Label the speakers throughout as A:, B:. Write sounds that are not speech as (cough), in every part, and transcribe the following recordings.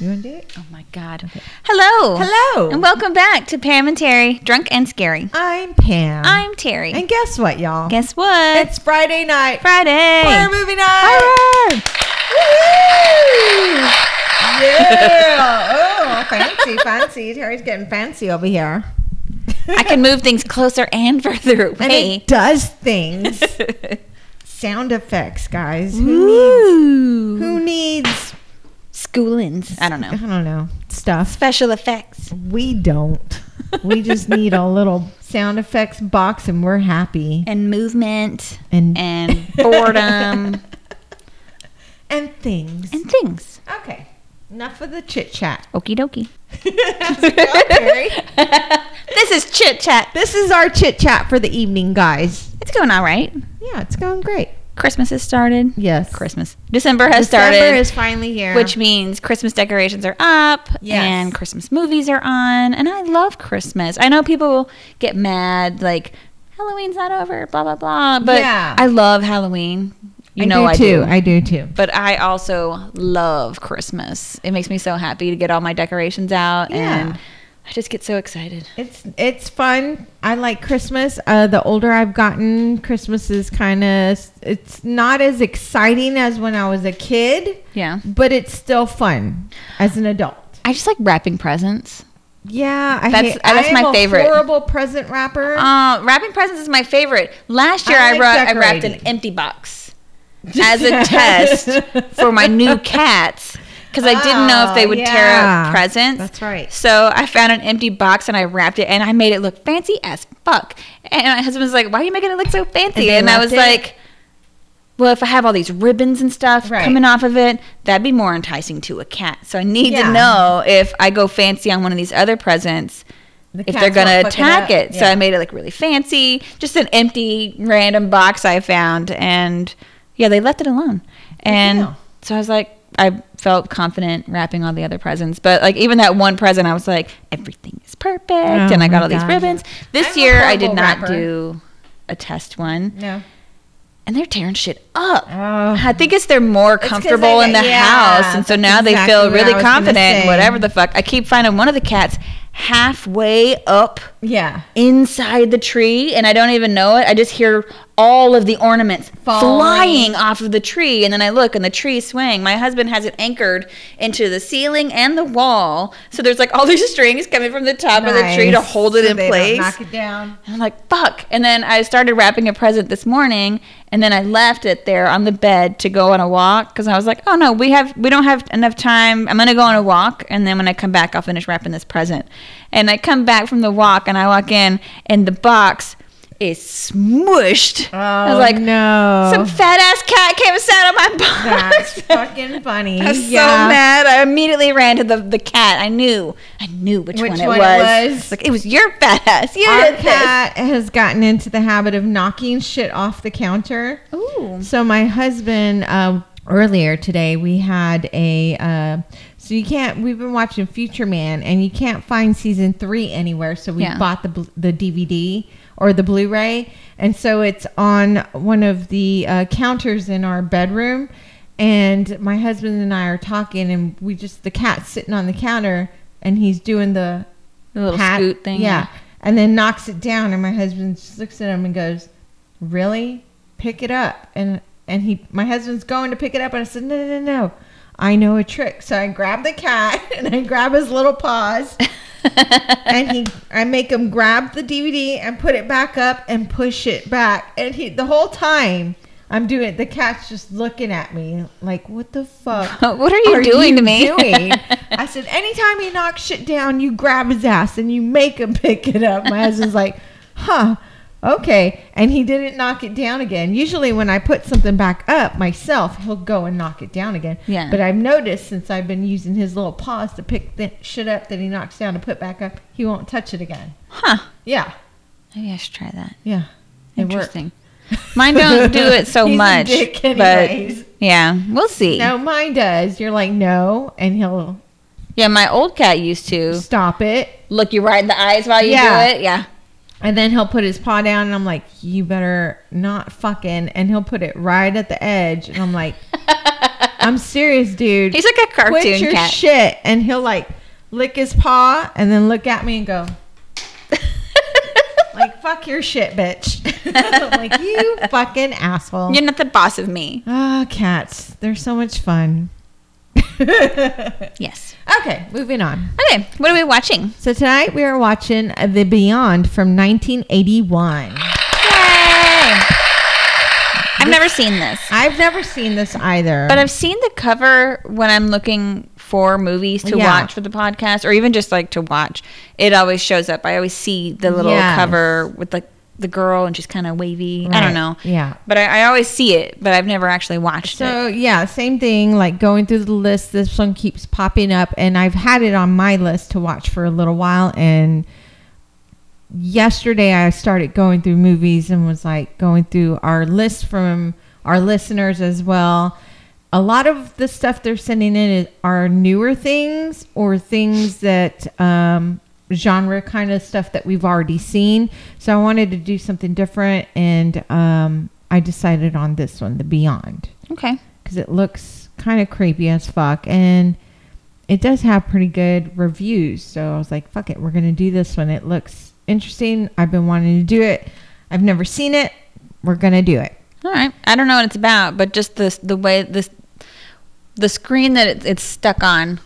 A: right?
B: Oh my God. Hello.
A: Hello. Uh-huh.
B: And welcome back to Pam and Terry, Drunk and Scary.
A: I'm Pam.
B: I'm Terry.
A: and guess what, y'all?
B: Guess what?
A: it's Friday night.
B: Friday.
A: Horror movie night.
B: Horror.
A: Woo! Yeah. (laughs) Oh, fancy, fancy. Terry's getting fancy over here.
B: I can move things closer and (laughs) further away.
A: And (laughs) it does things. (laughs) Sound effects, guys. Who needs?
B: Ooh.
A: Who needs?
B: Schoolings. I don't
A: I
B: know.
A: (laughs) don't know stuff.
B: Special effects.
A: We don't. We just need a little sound effects box, and we're happy.
B: (laughs) And movement.
A: And (laughs)
B: And boredom.
A: and things.
B: and things.
A: Okay. Enough of the chit (laughs) chat.
B: Okie dokie.
A: Okay.
B: (laughs)
A: (laughs)
B: this is chit chat.
A: this is our chit chat for the evening, guys.
B: It's going all right.
A: Yeah, it's going great.
B: Christmas has started.
A: Yes.
B: Christmas. December has
A: December
B: started.
A: is finally here.
B: which means Christmas decorations are up
A: Yes.
B: and Christmas movies are on. And I love Christmas. I know people get mad, like, Halloween's not over, blah, blah, blah. But
A: Yeah.
B: I love Halloween. You
A: I
B: know
A: do
B: I
A: too.
B: do.
A: I do too.
B: but I also love Christmas. It makes me so happy to get all my decorations out.
A: Yeah.
B: And I just get so excited.
A: It's it's fun. I like Christmas. Uh, the older I've gotten, Christmas is kind of it's not as exciting as when I was a kid,
B: Yeah.
A: but it's still fun as an adult.
B: I just like wrapping presents.
A: Yeah, I
B: That's-
A: hate-
B: that's
A: I am
B: my
A: a
B: favorite.
A: Horrible present wrapper.
B: Uh, wrapping presents is my favorite. Last year,
A: I
B: I,
A: like
B: wra- I wrapped an
A: decorating.
B: empty box as
A: (laughs)
B: a test for my new cats because I didn't know if they
A: Oh,
B: would tear
A: yeah.
B: up presents.
A: That's right.
B: So I found an empty box and I wrapped it and I made it look fancy as fuck. And my husband was like, "Why are you making it look so
A: And
B: fancy?"
A: they
B: And, I
A: loved
B: was
A: it?
B: like. Well, if I have all these ribbons and stuff
A: Right.
B: coming off of it, that'd be more enticing to a cat. So I need
A: Yeah.
B: to know if I go fancy on one of these other presents,
A: The
B: if
A: cats
B: they're gonna
A: won't fuck it
B: attack
A: up.
B: it. So
A: Yeah.
B: I made it like really fancy, just an empty random box I found, and yeah, they left it alone.
A: deal.
B: And so I was like, I felt confident wrapping all the other presents, but like even that one present, I was like, everything is perfect, and I
A: Oh my
B: got all these
A: God.
B: ribbons. This
A: I'm a
B: year, I did
A: horrible
B: not
A: wrapper.
B: do a test one,
A: no.
B: and they're tearing shit up.
A: Oh.
B: I think it's they're more
A: 'cause
B: comfortable
A: they
B: in
A: get-
B: the
A: yeah,
B: house, and so
A: that's
B: now
A: exactly
B: they feel
A: what I
B: really
A: was gonna
B: confident.
A: say.
B: Whatever the fuck, I keep finding one of the cats halfway up
A: Yeah.
B: inside the tree and I don't even know it. I just hear all of the ornaments
A: Falling.
B: flying off of the tree and then I look and the tree is swaying. My husband has it anchored into the ceiling and the wall. So there's like all these (laughs) strings coming from the top of the tree to
A: Nice.
B: hold it
A: So
B: in
A: they don't
B: place.
A: knock it down.
B: And I'm like, fuck. And then I started wrapping a present this morning, and then I left it there on the bed to go on a walk because I was like, oh no, we have we don't have enough time. I'm gonna go on a walk, and then when I come back, I'll finish wrapping this present. And I come back from the walk, and I walk in, and the box is smushed. I was
A: Oh,
B: like,
A: no.
B: some fat ass cat came and sat on my box. (laughs)
A: That's fucking funny.
B: I was
A: Yeah.
B: so mad. I immediately ran to the, the cat. I knew, I knew which,
A: Which
B: one, it,
A: one it
B: was.
A: was.
B: Like it was your fat ass. You
A: Our
B: did this.
A: cat has gotten into the habit of knocking shit off the counter.
B: Ooh.
A: So my husband um, earlier today we had a uh, so you can't we've been watching Future Man and you can't find season three anywhere. So we
B: Yeah.
A: bought the bl- the DVD or the Blu-ray, and so it's on one of the uh, counters in our bedroom. And my husband and I are talking, and we just the cat's sitting on the counter, and he's doing the
B: The little
A: pat-
B: scoot thing.
A: Yeah. And then knocks it down and my husband just looks at him and goes, Really? Pick it up and and he my husband's going to pick it up and I said, No no no no. I know a trick. So I grab the cat (laughs) and I grab his little
B: (laughs)
A: paws and he I make him grab the DVD and put it back up and push it back. And he the whole time I'm doing it, the cat's just looking at me like, What the fuck?
B: (laughs) What are you doing to me?
A: doing? I said, anytime he knocks shit down, you grab his ass and you make him (laughs) pick it up. My husband's like, huh, okay. And he didn't knock it down again. Usually, when I put something back up myself, he'll go and knock it down again.
B: Yeah.
A: But I've noticed since I've been using his little paws to pick the shit up that he knocks down to put back up, he won't touch it again.
B: (laughs) Huh.
A: Yeah,
B: Maybe I should try that.
A: yeah. It worked.
B: Interesting.
A: (laughs)
B: Mine don't do it so
A: He's a
B: much.
A: dick anyways.
B: but yeah, we'll see.
A: No, mine does. You're like, no, and he'll
B: Yeah, my old cat used to
A: stop it.
B: look you right in the eyes while you
A: Yeah.
B: do it. Yeah.
A: And then he'll put his paw down, and I'm like,
B: (laughs)
A: "You better not fucking." And he'll put it right at the edge, and I'm like, I'm serious, dude.
B: He's like a cartoon
A: Quit your
B: cat.
A: shit, and he'll like lick his paw and then look at me and go, like, "Fuck your shit, bitch." (laughs) I'm like
B: (laughs)
A: you fucking asshole.
B: (laughs) You're not the boss of me.
A: Ah, cats. They're so much fun. (laughs) okay,
B: Yes.
A: moving on.
B: Okay, what are we watching?
A: So tonight we are watching The Beyond from 1981.
B: Yay! I've never seen this,
A: I've never seen this either.
B: but I've seen the cover when I'm looking for movies to
A: Yeah.
B: watch for the podcast, or even just like to watch. It always shows up. I always see the little
A: Yes.
B: cover with like the girl, and she's kind of wavy. I
A: Right,
B: don't know.
A: yeah.
B: but I, I always see it, but I've never actually watched it.
A: So yeah, same thing. Like going through the list, this one keeps popping up, and I've had it on my list to watch for a little while. And yesterday, I started going through movies and was like going through our list from our listeners as well. A lot of the stuff they're sending in is, are newer things or things that um, genre kind of stuff that we've already seen. So I wanted to do something different, and um, I decided on this one, The Beyond
B: Okay.
A: because it looks kind of creepy as fuck and it does have pretty good reviews so i was like fuck it we're gonna do this one it looks interesting i've been wanting to do it i've never seen it we're gonna do it
B: All right. I don't know what it's about, but just the the way this the screen that it, it's stuck on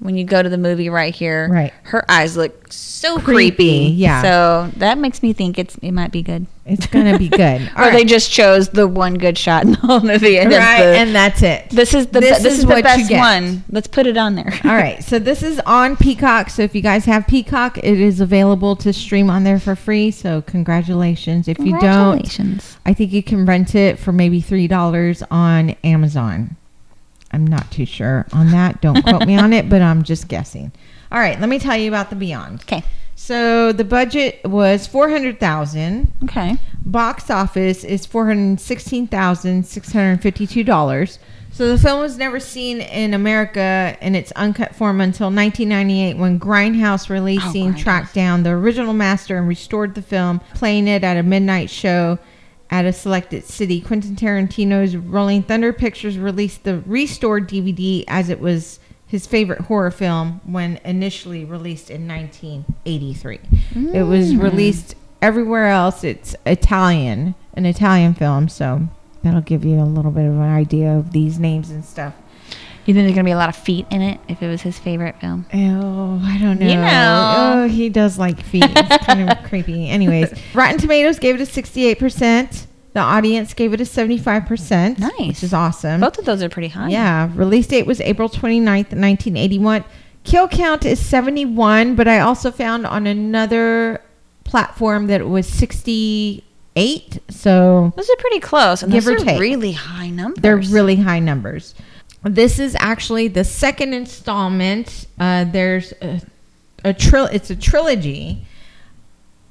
B: when you go to the movie right here.
A: Right.
B: Her eyes look so
A: Creepy,
B: creepy.
A: yeah.
B: So that makes me think it's it might be good.
A: it's gonna
B: (laughs)
A: be good
B: or they just chose the one good shot in the whole movie. And that's
A: right
B: the-
A: and that's it
B: this is the
A: This
B: this, this
A: is
B: is,
A: what
B: the
A: you
B: best
A: get.
B: one. Let's put it on (laughs) there.
A: all right so this is on peacock so if you guys have peacock it is available to stream on there for free so congratulations if you don't
B: Congratulations.
A: i think you can rent it for maybe three dollars on amazon I'm not too sure on that.
B: (laughs)
A: Don't quote me on it, but I'm just guessing. All right, let me tell you about the Beyond.
B: Okay.
A: So the budget was 400,000.
B: Okay.
A: Box office is $416,652. So the film was never seen in America in its uncut form until 1998 when Grindhouse releasing
B: Oh, Grindhouse.
A: tracked down the original master and restored the film, playing it at a midnight show at a selected city. Quentin Tarantino's Rolling Thunder Pictures released the restored DVD as it was his favorite horror film when initially released in 1983. It was released everywhere else. It's Italian, an Italian film, so that'll give you a little bit of an idea of these names and stuff.
B: You think there's gonna be a lot of feet in it if it was his favorite film?
A: Oh, I don't know.
B: You know.
A: Oh, he does like feet. It's kind
B: (laughs)
A: of creepy. Anyways, Rotten Tomatoes gave it a 68%. The audience gave it a 75%. Which
B: Nice.
A: is awesome.
B: Both of those are pretty high.
A: Yeah. Release date was April 29th, 1981. Kill count is 71, but I also found on another platform that it was 68. So
B: Those are pretty close. And
A: Give
B: those
A: or
B: are
A: take.
B: really high numbers.
A: they're really high numbers. This is actually the second installment. Uh, there's a, a tril- it's a trilogy,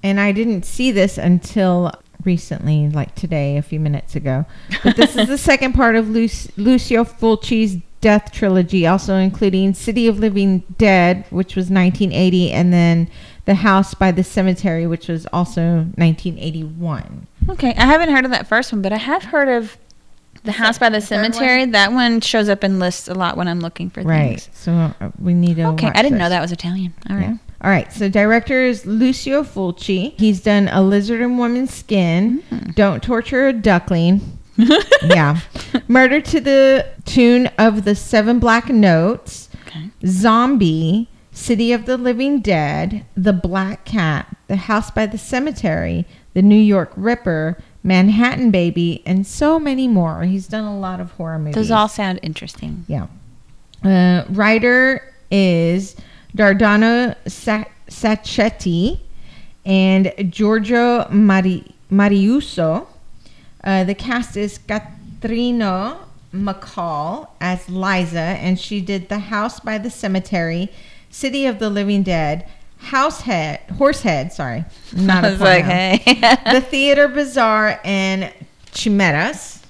A: and I didn't see this until recently, like today, a few minutes ago. But this is
B: (laughs)
A: the second part of Lu- Lucio Fulci's Death trilogy, also including City of Living Dead, which was 1980, and then The House by the Cemetery, which was also 1981.
B: Okay. I haven't heard of that first one, but I have heard of The House by the Cemetery. That one shows up in lists a lot when I'm looking for
A: Right.
B: things.
A: So uh, we need to.
B: Okay.
A: watch
B: I
A: this.
B: didn't know that was Italian. All right.
A: Yeah. All right. So director is Lucio Fulci. He's done A Lizard in Woman's Skin,
B: Mm.
A: Don't Torture a
B: (laughs)
A: Duckling. yeah. Murder to the Tune of the Seven Black Notes,
B: Okay.
A: Zombie, City of the Living Dead, The Black Cat, The House by the Cemetery, The New York Ripper, Manhattan Baby, and so many more. He's done a lot of horror movies.
B: Those all sound interesting.
A: Yeah. Uh, writer is Dardano Sa- Sacchetti and Giorgio Mari- Mariuso. Uh, the cast is Katrina McCall as Liza, and she did The House by the Cemetery, City of the Living Dead, Horsehead, Horsehead,
B: (laughs)
A: sorry. Not
B: I
A: a
B: was like,
A: porno.
B: hey. (laughs)
A: The Theater Bazaar and Chimeras,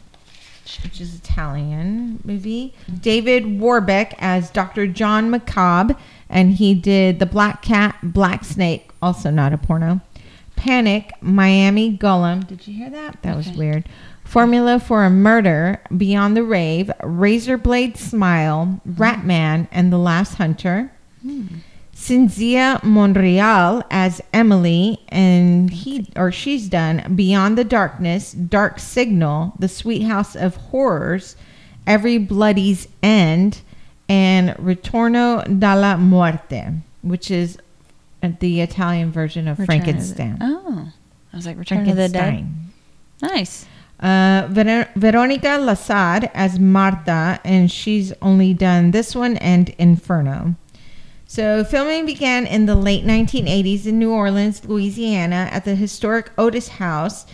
A: which is Italian movie. David Warbeck as Dr. John McCobb, and he did The Black Cat, Black Snake, also not a porno. Panic, Miami Golem. Did you hear that? That was
B: Okay.
A: weird. Formula for a Murder, Beyond the Rave, Razorblade Smile, Ratman, and The Last Hunter. Cinzia Monreal as Emily, and he or she's done Beyond the Darkness, Dark Signal, The Sweet House of Horrors, Every Bloody's End, and Ritorno dalla Muerte, which is uh, the Italian version of
B: Return of the-
A: Frankenstein.
B: Oh, I was like Return of the Dead. Nice.
A: Uh, Ver- Veronica Lazar as Marta, and she's only done this one and Inferno. So, filming began in the late 1980s in New Orleans, Louisiana, at the historic Otis House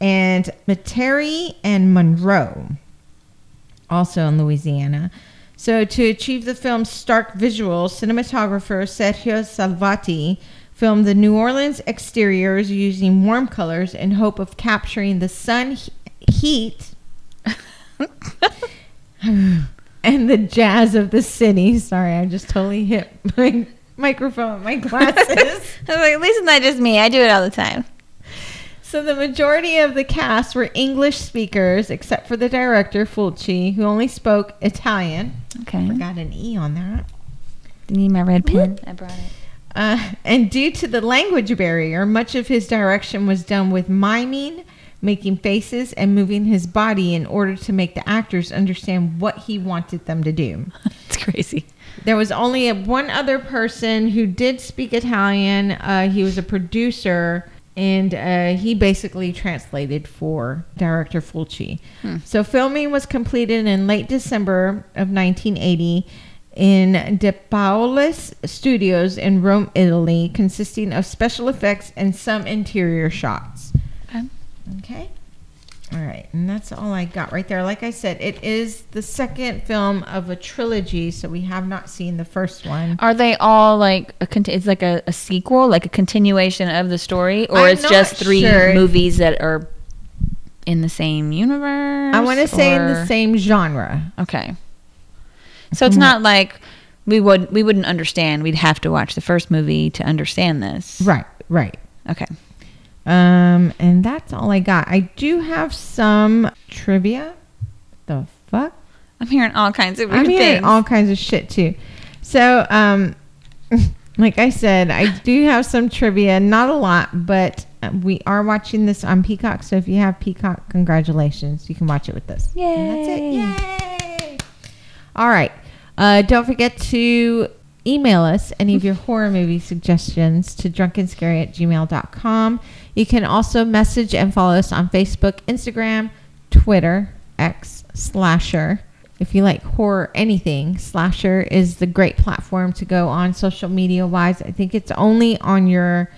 A: and Metairie and Monroe, also in Louisiana. So, to achieve the film's stark visuals, cinematographer Sergio Salvati filmed the New Orleans exteriors using warm colors in hope of capturing the sun he- heat (laughs) and the jazz of the city. Sorry, I just totally hit my microphone, my (laughs) glasses.
B: (laughs) I was like, at least it's not just me. I do it all the time.
A: so the majority of the cast were English speakers, except for the director Fulci, who only spoke Italian.
B: Okay.
A: Got an E on that.
B: You need my red pen? I
A: (laughs)
B: brought it.
A: Uh, and due to the language barrier, much of his direction was done with miming, making faces, and moving his body in order to make the actors understand what he wanted them to do.
B: It's crazy.
A: There was only a, one other person who did speak Italian. Uh, he was a producer, and uh, he basically translated for director Fulci. So filming was completed in late December of 1980 in De Paolis Studios in Rome, Italy, consisting of special effects and some interior shots.
B: Okay.
A: Okay. All right, and that's all I got right there. Like I said, it is the second film of a trilogy, so we have not seen the first one.
B: Are they all like a conti- it's like a, a sequel, like a continuation of the story, or
A: I'm
B: it's
A: not
B: just three
A: sure.
B: movies that are in the same universe?
A: I want to say in the
B: or-
A: same genre.
B: Okay. So
A: Mm-hmm.
B: it's not like we would we wouldn't understand. We'd have to watch the first movie to understand this.
A: Right, right.
B: Okay.
A: Um, and that's all I got. I do have some trivia. The fuck?
B: I'm hearing all kinds of weird
A: I'm hearing
B: things.
A: all kinds of shit too. So, um, (laughs) like I said, I do have some trivia. Not a lot, but uh, we are watching this on Peacock. So if you have Peacock, congratulations, you can watch it with us. And That's it. Yay! All right. Uh, don't forget to email us any of your horror movie suggestions to drunkenscary at gmail.com. You can also message and follow us on Facebook, Instagram, Twitter, X, Slasher. If you like horror anything, Slasher is the great platform to go on social media wise. I think it's only on your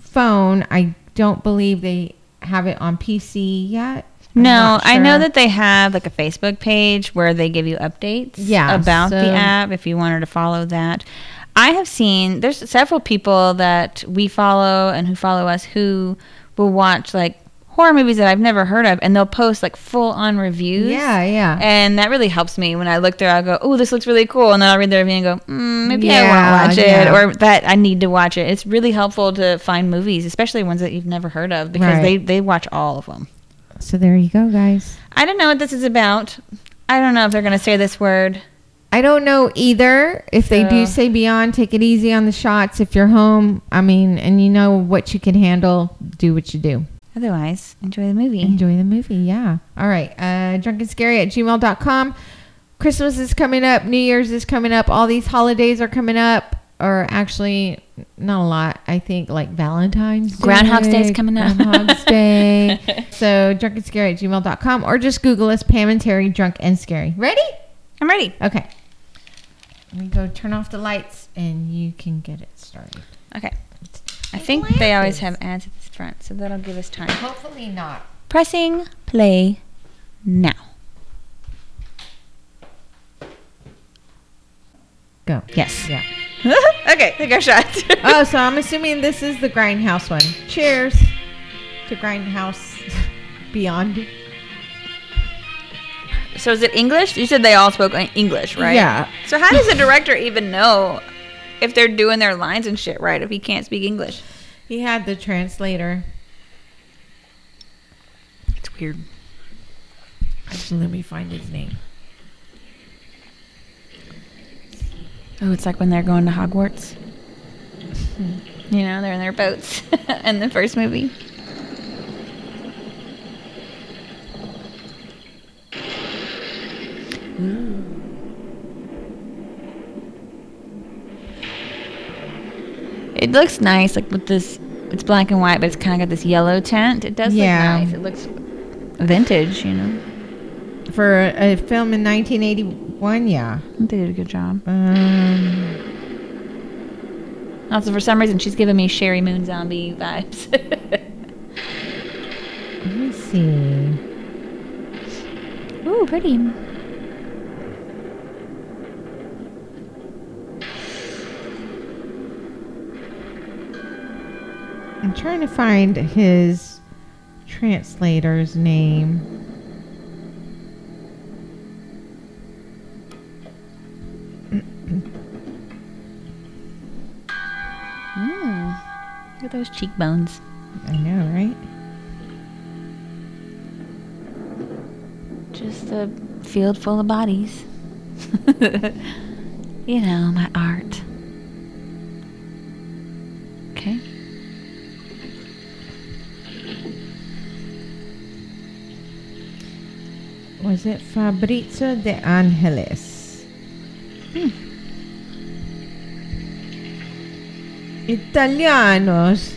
A: phone. I don't believe they have it on PC yet. I'm
B: No,
A: not
B: I know
A: sure.
B: that they have like a Facebook page where they give you updates
A: Yeah,
B: about
A: so-
B: the app if you wanted to follow that. I have seen there's several people that we follow and who follow us who will watch like horror movies that I've never heard of and they'll post like full on reviews.
A: Yeah, yeah.
B: And that really helps me when I look there. I'll go, oh, this looks really cool. And then I'll read the review and go, mm, maybe
A: Yeah,
B: I won't watch it
A: yeah.
B: or that I need to watch it. It's really helpful to find movies, especially ones that you've never heard of because
A: Right.
B: they, they watch all of them.
A: So there you go, guys.
B: I don't know what this is about. I don't know if they're going to say this word.
A: I don't know either. If they do
B: Yeah.
A: say beyond, take it easy on the shots. If you're home, I mean, and you know what you can handle, do what you do.
B: Otherwise, enjoy the movie.
A: Enjoy the movie. Yeah. All right. Uh, drunkendscary at gmail.com. Christmas is coming up. New Year's is coming up. All these holidays are coming up. Or actually, not a lot. I think like Valentine's Day.
B: Groundhog's Day's coming up.
A: Groundhog's
B: (laughs)
A: Day. So drunkendscary at gmail.com or just Google us, Pam and Terry, drunk and scary. Ready?
B: I'm ready.
A: Okay. Let me go turn off the lights and you can get it started.
B: Okay. I think they always have ads at the front, so that'll give us time.
A: Hopefully not.
B: Pressing play now.
A: Go.
B: Yes. (laughs)
A: Yeah.
B: okay, take
A: (laughs)
B: our shots.
A: Oh, so I'm assuming this is the grindhouse one. Cheers to grindhouse (laughs) beyond.
B: so is it English? You said they all spoke en- English, right?
A: Yeah.
B: So how does the director even know if they're doing their lines and shit right if he can't speak English?
A: He had the translator.
B: It's weird.
A: Actually, let me find his name.
B: Oh, it's like when they're going to Hogwarts. (laughs) you know, they're in their boats (laughs) in the first movie. It looks nice, like with this. It's black and white, but it's kind of got this yellow tint. It does
A: Yeah.
B: look nice. It looks vintage, you know.
A: For a, a film in 1981, yeah.
B: I think they did a good job.
A: Um,
B: Also, for some reason, she's giving me Sherry Moon Zombie vibes. (laughs)
A: let me see.
B: Ooh, pretty.
A: I'm trying to find his translator's name.
B: Mm. Look at those cheekbones.
A: I know, right?
B: Just a field full of bodies. (laughs) you know, my art. Okay.
A: Was it Fabrizio de Angelis? Hmm. Italianos.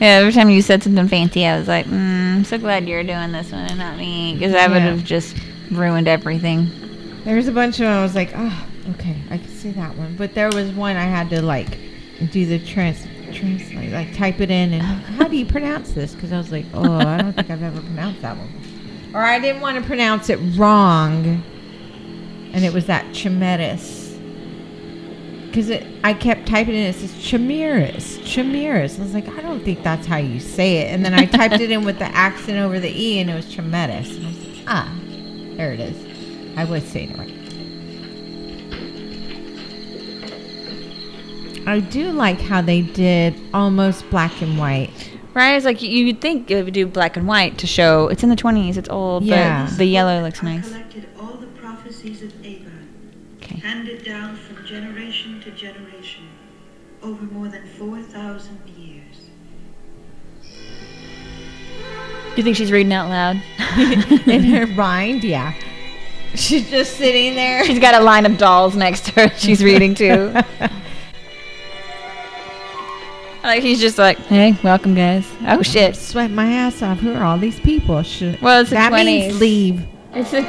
B: Yeah, every time you said something fancy, I was like, mm, I'm so glad you're doing this one and not me. Because I would
A: Yeah.
B: have just ruined everything.
A: There was a bunch of them. I was like, oh, okay, I can see that one. But there was one I had to like do the trans translate, like type it in and how do you pronounce this? Because I was like, oh, I don't think I've ever pronounced that one. Or I didn't want to pronounce it wrong. And it was that Chimeris. Because it, I kept typing it, in, it says Chimeris, Chimeris. I was like, I don't think that's how you say it. And then I typed it in with the accent over the E and it was Chimeris. And I was like, ah, there it is. I was saying it right. I do like how they did almost black and white.
B: (laughs) Right? It's like you- you'd think it would do black and white to show it's in the 20s, it's old,
A: Yeah.
B: but the yellow looks nice.
C: collected all the prophecies of Avon,
B: Okay.
C: handed down from generation to generation, over more than 4,000 years.
B: Do you think she's reading out loud? (laughs)
A: in her mind, yeah. She's just sitting there.
B: she's got a line of dolls next to her she's reading
A: (laughs)
B: to. (laughs) like he's just like, hey, welcome guys. Oh shit.
A: Sweat my ass off. Who are all these people? Should,
B: Well, it's the
A: that means
B: 20s.
A: leave.
B: It's Oh, the 20s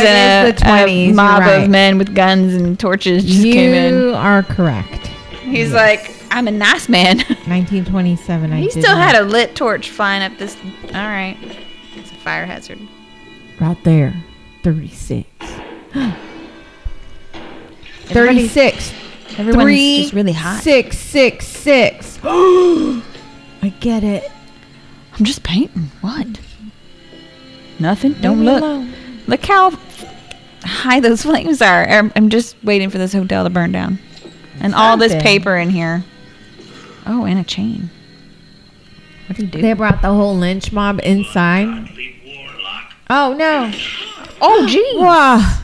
A: it
B: and
A: is
B: a,
A: the 20s,
B: a
A: you're
B: mob
A: right.
B: of men with guns and torches just
A: you
B: came in.
A: are correct.
B: He's like, I'm a nice (laughs) man.
A: 1927. I
B: he still had a lit torch flying up this. All right. It's a fire hazard.
A: right there. 36.
B: (gasps)
A: 36.
B: Everyone's
A: Three,
B: just really hot.
A: Six, six, six. (gasps) I get it.
B: I'm just painting. What? Nothing. Don't
A: me
B: look.
A: alone.
B: Look how high those (laughs) flames are. I'm, I'm just waiting for this hotel to burn down. And all this
A: Something.
B: paper in here. Oh, and a chain. What do you do?
A: They brought the whole lynch mob inside. Oh no!
B: oh, gee.
A: Wow.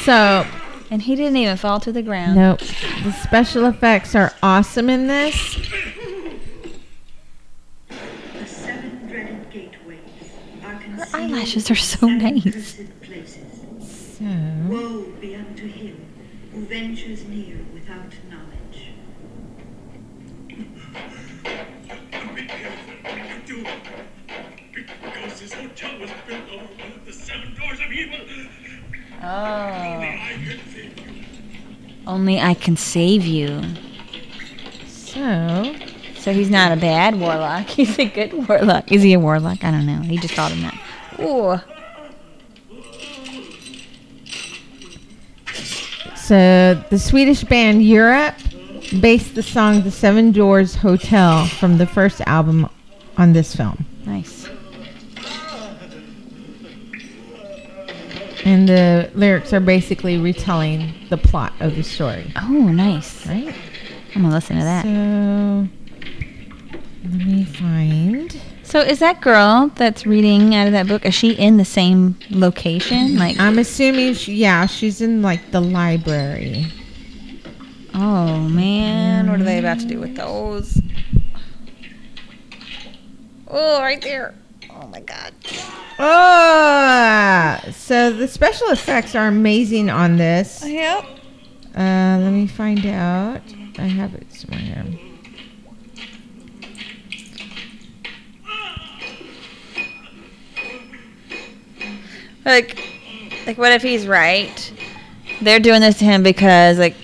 A: So
B: And he didn't even fall to the ground.
A: nope. The special effects are awesome in this.
C: The seven dreaded gateways are concealed
B: eyelashes are so
C: in seven
B: nice.
C: cursed places.
A: So
C: Woe be unto him who ventures near without knowledge.
D: Be careful what you do. Because this hotel was built over one of the seven doors of evil.
B: Oh.
D: I can think.
B: Only I can save you.
A: so
B: So he's not a bad warlock. (laughs) He's a good warlock. Is he a warlock? I don't know. He just called him that. Ooh.
A: so the Swedish band Europe based the song "The Seven Doors Hotel" from the first album on this film,
B: Nice.
A: and the lyrics are basically retelling the plot of the story.
B: Oh, nice.
A: Right.
B: I'm going to listen to that.
A: So let me find.
B: So is that girl that's reading out of that book? Is she in the same location? Like,
A: I'm assuming, she, yeah, she's in like the library.
B: oh man, what are they about to do with those? Oh, right there. Oh my god.
A: Oh, so the special effects are amazing on this.
B: Yep.
A: Uh, let me find out. I have it somewhere.
B: Like, like what if he's right? They're doing this to him because like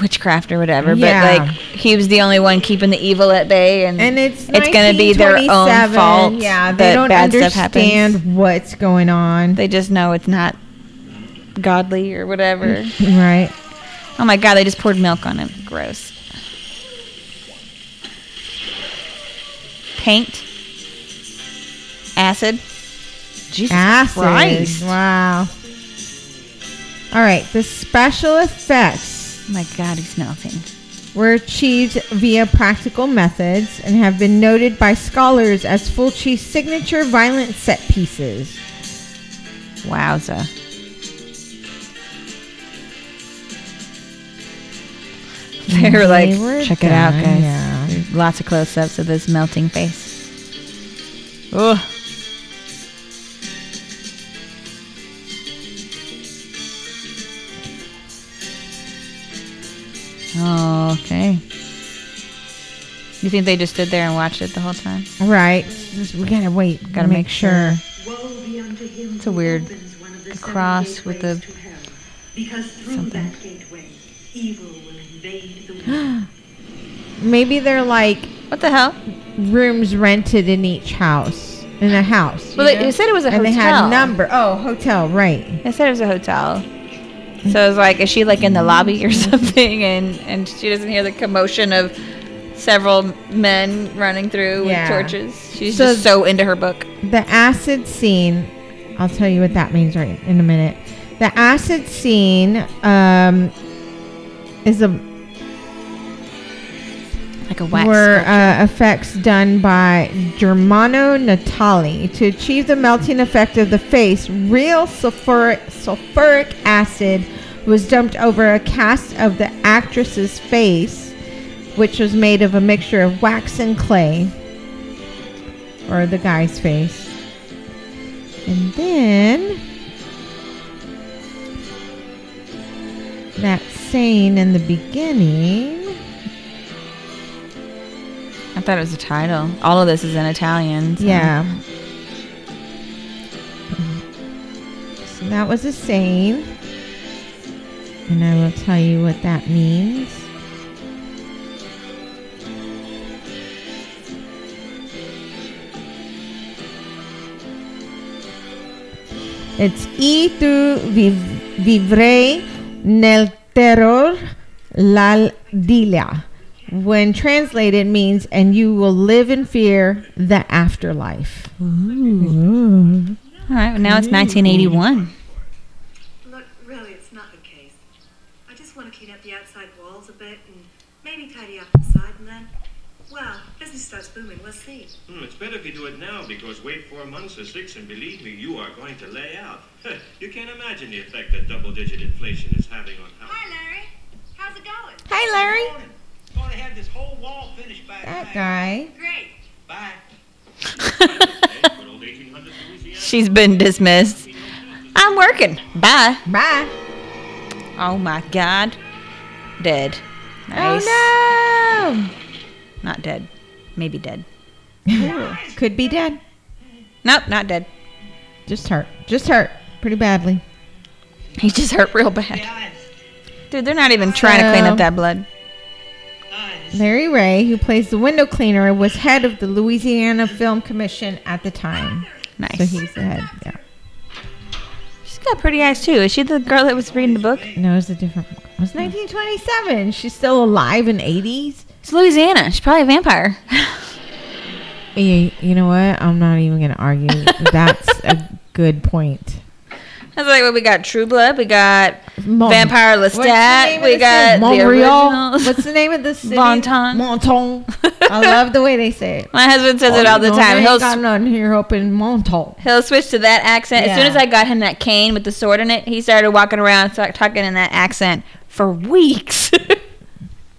B: witchcraft or whatever.
A: Yeah.
B: But like he was the only one keeping the evil at bay, and,
A: And it's
B: it's gonna be their own
A: 1927.
B: fault.
A: Yeah, they
B: that
A: don't
B: bad stuff happens.
A: understand what's going on.
B: They just know it's not godly or whatever.
A: right.
B: Oh my god, they just poured milk on him. Gross. Paint. Acid. (laughs) Jesus
A: Acid.
B: Christ. Oh
A: Wow. All right, the special effects
B: my god, he's melting.
A: were achieved via practical methods and have been noted by scholars as Fulci's signature violent set pieces.
B: Wowza. (laughs) They were like,
A: They were
B: check it out,
A: done,
B: guys.
A: yeah.
B: There's Lots of close ups of his melting face. Ugh. Okay. You think they just stood there and watched it the whole time?
A: Right. This- We gotta wait.
B: Gotta make sure.
C: Woe be unto him
B: It's a
C: who
B: weird
C: opens one of the seven
B: cross with
C: gateways
B: a-
C: to hell, because through
B: something.
C: that gateway, evil will invade
B: (gasps)
C: the world.
A: Maybe they're like
B: What the hell?
A: rooms rented in each house. In a house.
B: Well,
A: you
B: they-
A: know?
B: it said it was a
A: and they
B: hotel.
A: had number. Oh, hotel. Right.
B: They said it was a hotel. So it's like, is she like in the lobby or (laughs) something? And and she doesn't hear the commotion of several men running through
A: Yeah.
B: with torches. She's
A: So-
B: just so into her book.
A: The acid scene. I'll tell you what that means right in a minute. The acid scene um, is a
B: Like a wax.
A: were uh, effects done by Germano Natali to achieve the melting effect of the face. Real sulfuric, sulfuric acid was dumped over a cast of the actress's face, which was made of a mixture of wax and clay, or the guy's face. And then that saying in the beginning.
B: I thought it was a title. All of this is in Italian. so-
A: Yeah. So that was a saying. And I will tell you what that means. It's e tu viv- vivrei nel terror l'aldilia. When translated means and you will live in fear the afterlife.
B: All right. well, Now it's 1981.
E: Look, really, it's not the case. I just want to clean up the outside walls a bit and maybe tidy up inside, and then, well, business starts booming. We'll see.
F: Hmm, it's better if you do it now because wait four months or six and believe me, you are going to lay out. (laughs) you can't imagine the effect that double-digit inflation is having on housing.
E: Larry. How's it going?
A: Hi Larry.
D: Going to have this whole wall finished by
A: That guy.
E: Great.
A: (laughs)
D: Bye.
F: Eh, good old 1800 Louisiana.
B: (laughs) She's been dismissed. I'm working. Bye.
A: Bye.
B: Oh my God. Dead. Nice.
A: Oh
B: Not dead. Maybe dead.
A: no. Could be dead.
B: Nope, not dead.
A: Just hurt. Just hurt. Pretty badly.
B: He just hurt real bad.
D: Guys,
B: Dude, they're not even trying to clean
A: So-
B: up that blood.
D: guys.
A: Larry Ray, who plays the window cleaner, was head of the Louisiana Film Commission at the time.
B: Nice.
A: So he's the head. Yeah.
B: She's got pretty eyes too. Is she the girl that was reading the book?
A: No, it's a different. It was 1927. She's still alive in 80s.
B: It's Louisiana. She's probably a (laughs) vampire.
A: (laughs) You, you know what? I'm not even going to argue. That's a good point.
B: That's like what we got. True Blood. We got
A: Mon-
B: Vampire
A: What's the name
B: Lestat.
A: of
B: We
A: the
B: got
A: city? Montreal.
B: the
A: What's
B: original.
A: the name of the city?
B: Monton.
A: Monton. I love the way they say
B: (laughs)
A: it.
B: (laughs) My husband says it all the time.
A: He'll
B: He'll
A: got none here up in Monton.
B: he'll switch to that accent as soon
A: Yeah.
B: as I got him that cane with the sword in it. He started walking around, start talking in that accent for weeks. (laughs)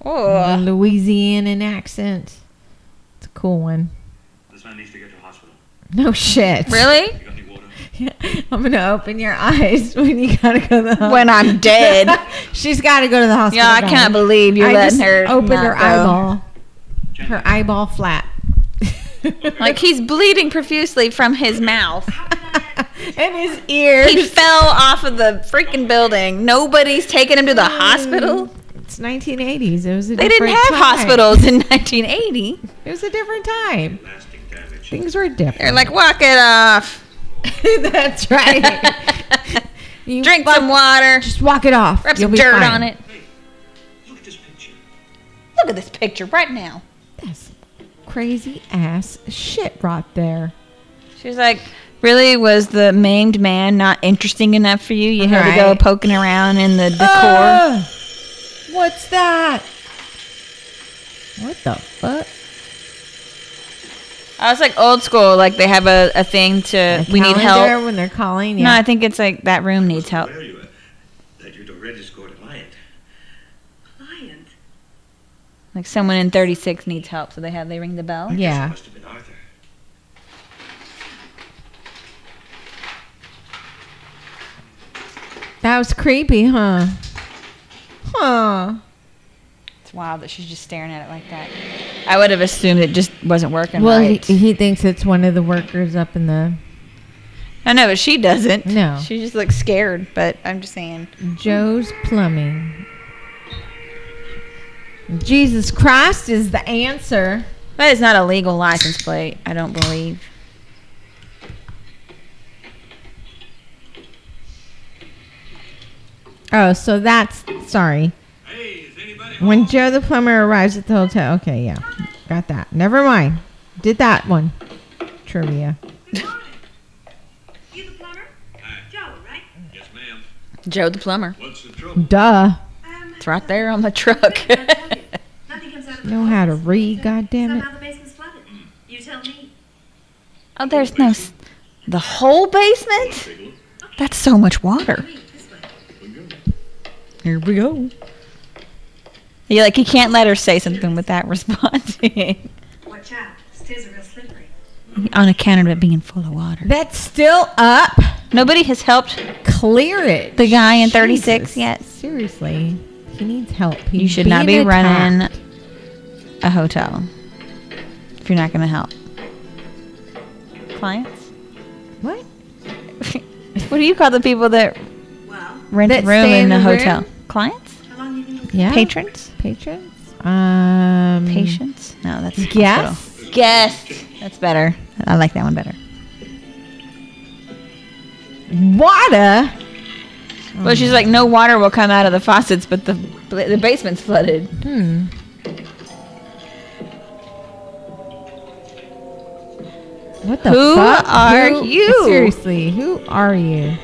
A: A
B: oh,
A: Louisianan accent. It's a cool one.
D: This man needs to get to hospital.
A: No shit.
B: really?
D: You got any water?
A: (laughs) I'm gonna open your eyes (laughs) when you gotta go to the hospital.
B: When I'm dead.
A: (laughs) She's gotta go to the hospital.
B: Yeah, I
A: darling.
B: cannot believe you're
A: I
B: letting
A: just
B: her
A: opened
B: not
A: her
B: go.
A: eyeball.
D: Gently.
A: Her eyeball
B: (laughs)
A: flap.
B: Like he's bleeding profusely from his mouth.
A: (laughs) and his ears.
B: He fell off of the freaking building. Nobody's taking him to the hospital.
A: It's 1980s. It was a
B: They didn't
A: different
B: have
A: Mm, time.
B: hospitals in (laughs) 1980.
A: It was a different time.
F: Lasting damage.
A: Things were
B: They're
A: different.
B: like, walk it
A: (laughs)
B: off.
A: That's right.
B: (laughs)
A: You
B: Drink
A: fuck-
B: some water.
A: Just walk it off.
B: Rub
A: You'll
B: some
A: be
B: dirt
A: fine.
B: on it.
D: Look at this picture.
B: Look at this picture right now.
A: That's crazy ass shit right there.
B: She was like, really? Was the maimed man not interesting enough for you? You had to go
A: Right.
B: poking around in the decor.
A: Ah! what's that? What the fuck?
B: I was like, old school. Like, they have a, a thing to,
A: A
B: we need
A: calendar
B: help.
A: when they're calling.
B: No,
A: Yeah.
B: I think it's like that room needs help.
F: Where you at? That you'd already scored a client.
E: Client?
B: Like, someone in 36 needs help. So they have, they ring the bell.
F: It
A: yeah.
F: must have been Arthur.
A: That was creepy, huh? Huh.
B: It's wild that she's just staring at it like that. I would have assumed it just wasn't working
A: Well,
B: right.
A: he, he thinks it's one of the workers up in the
B: I know, but she doesn't.
A: No.
B: She just looks scared, but I'm just saying.
A: Joe's Plumbing. Jesus Christ is the answer.
B: That is not a legal license plate, I don't believe.
A: Oh, so that's sorry.
D: Hey, is anybody
A: When Joe the plumber arrives at the hotel. Okay, yeah. Got that. Never mind. Did that one. Trivia.
E: Good morning. You the plumber? Joe, right?
F: Yes, ma'am.
B: Joe the plumber.
F: What's the trouble?
A: Duh.
E: Um,
B: It's right there on the truck.
E: I tell you, nothing comes out of the
A: Know how to
E: faucets.
A: read, goddammit.
E: Somehow the basement's flooded. You tell me.
B: (laughs) oh, there's no. s- The whole basement?
F: Big look.
B: That's so much water.
E: Wait, this way.
F: We go.
B: Here we go. You're like, you can't let her say something (laughs) without responding.
E: Watch out. Stairs are real slippery.
B: on account of it being full of water.
A: That's still up.
B: Nobody has helped
A: Clear it.
B: the guy in 36
A: Jesus.
B: yet.
A: Seriously. He needs help. He's
B: You should not be
A: being attacked.
B: running a hotel if you're not going to help. Clients? (laughs)
A: What?
B: what do you call the people that
E: Well,
B: rent
A: That
B: a room
A: stay
B: in
A: in
B: a
A: the
B: hotel?
A: room?
B: Clients?
E: how long you been looking?
A: Yeah.
B: Patrons?
A: Patrons? Um
B: Patients? Mm. No, that's
A: Guests?
B: hospital. Guests. That's better. I like that one better.
A: Water?
B: Well, she's like, no water will come out of the faucets, but the the basement's flooded.
A: Hmm. What the
B: Who
A: fuck?
B: are you?
A: Seriously, who are you?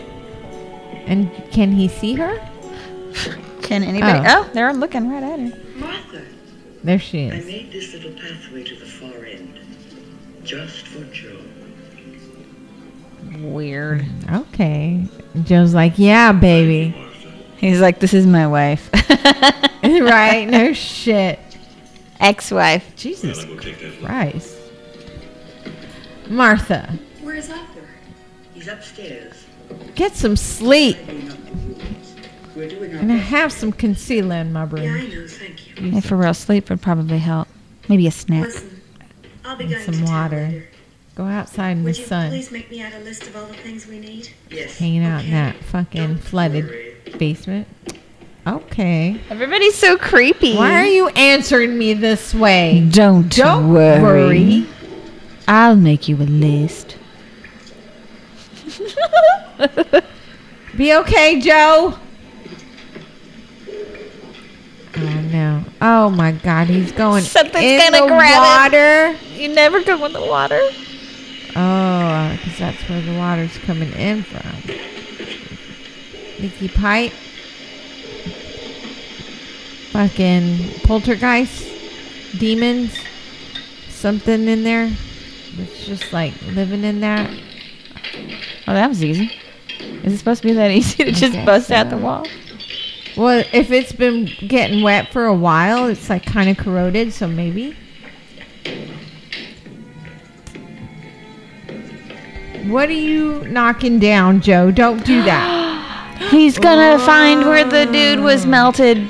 A: And can he see her?
B: Can anybody?
A: Oh.
B: Oh, they're looking right at her.
E: Martha.
A: There she
G: I
A: is.
G: made this little pathway to the far end, just for Joe.
B: Weird.
A: Okay. Joe's like, yeah, baby. (laughs)
B: He's like, this is my (laughs) wife.
A: right? No shit.
B: Ex-wife.
A: Jesus
F: We'll take that.
A: Christ. Martha,
E: Where's Arthur?
G: He's upstairs.
A: get some sleep
G: Cleaning up the rooms. We're doing our
A: and have some concealer in my
E: Yeah,
A: room.
E: I know. Thank you.
B: Yeah, for real, sleep would probably help. Maybe a snack.
E: Listen, I'll be
A: And
E: going
A: some
E: to town
A: water.
E: later.
A: Go outside in the
E: Would you
A: sun,
E: please make me out a list of all the things we need?
G: yes.
A: hanging out in
E: Okay.
A: that fucking
G: Don't
A: flooded
G: worry.
A: basement. Okay.
B: Everybody's so creepy.
A: Why are you answering me this way?
B: Don't,
A: Don't
B: worry.
A: worry.
B: I'll make you a list.
A: Be okay, Joe. Oh no! Oh my God, he's going
B: Something's
A: in
B: gonna
A: the
B: grab
A: water.
B: You never go in the water.
A: Oh, because that's where the water's coming in from. Leaky Pipe, fucking Poltergeist, Demons, something in there. It's just like living in that.
B: Oh, that was easy. Is it supposed to be that (laughs) easy to just
A: guess
B: bust out the
A: so.
B: wall?
A: Well, if it's been getting wet for a while, it's like kind of corroded, so maybe. What are you knocking down, Joe? Don't do that. (gasps)
B: He's gonna find where the dude was melted.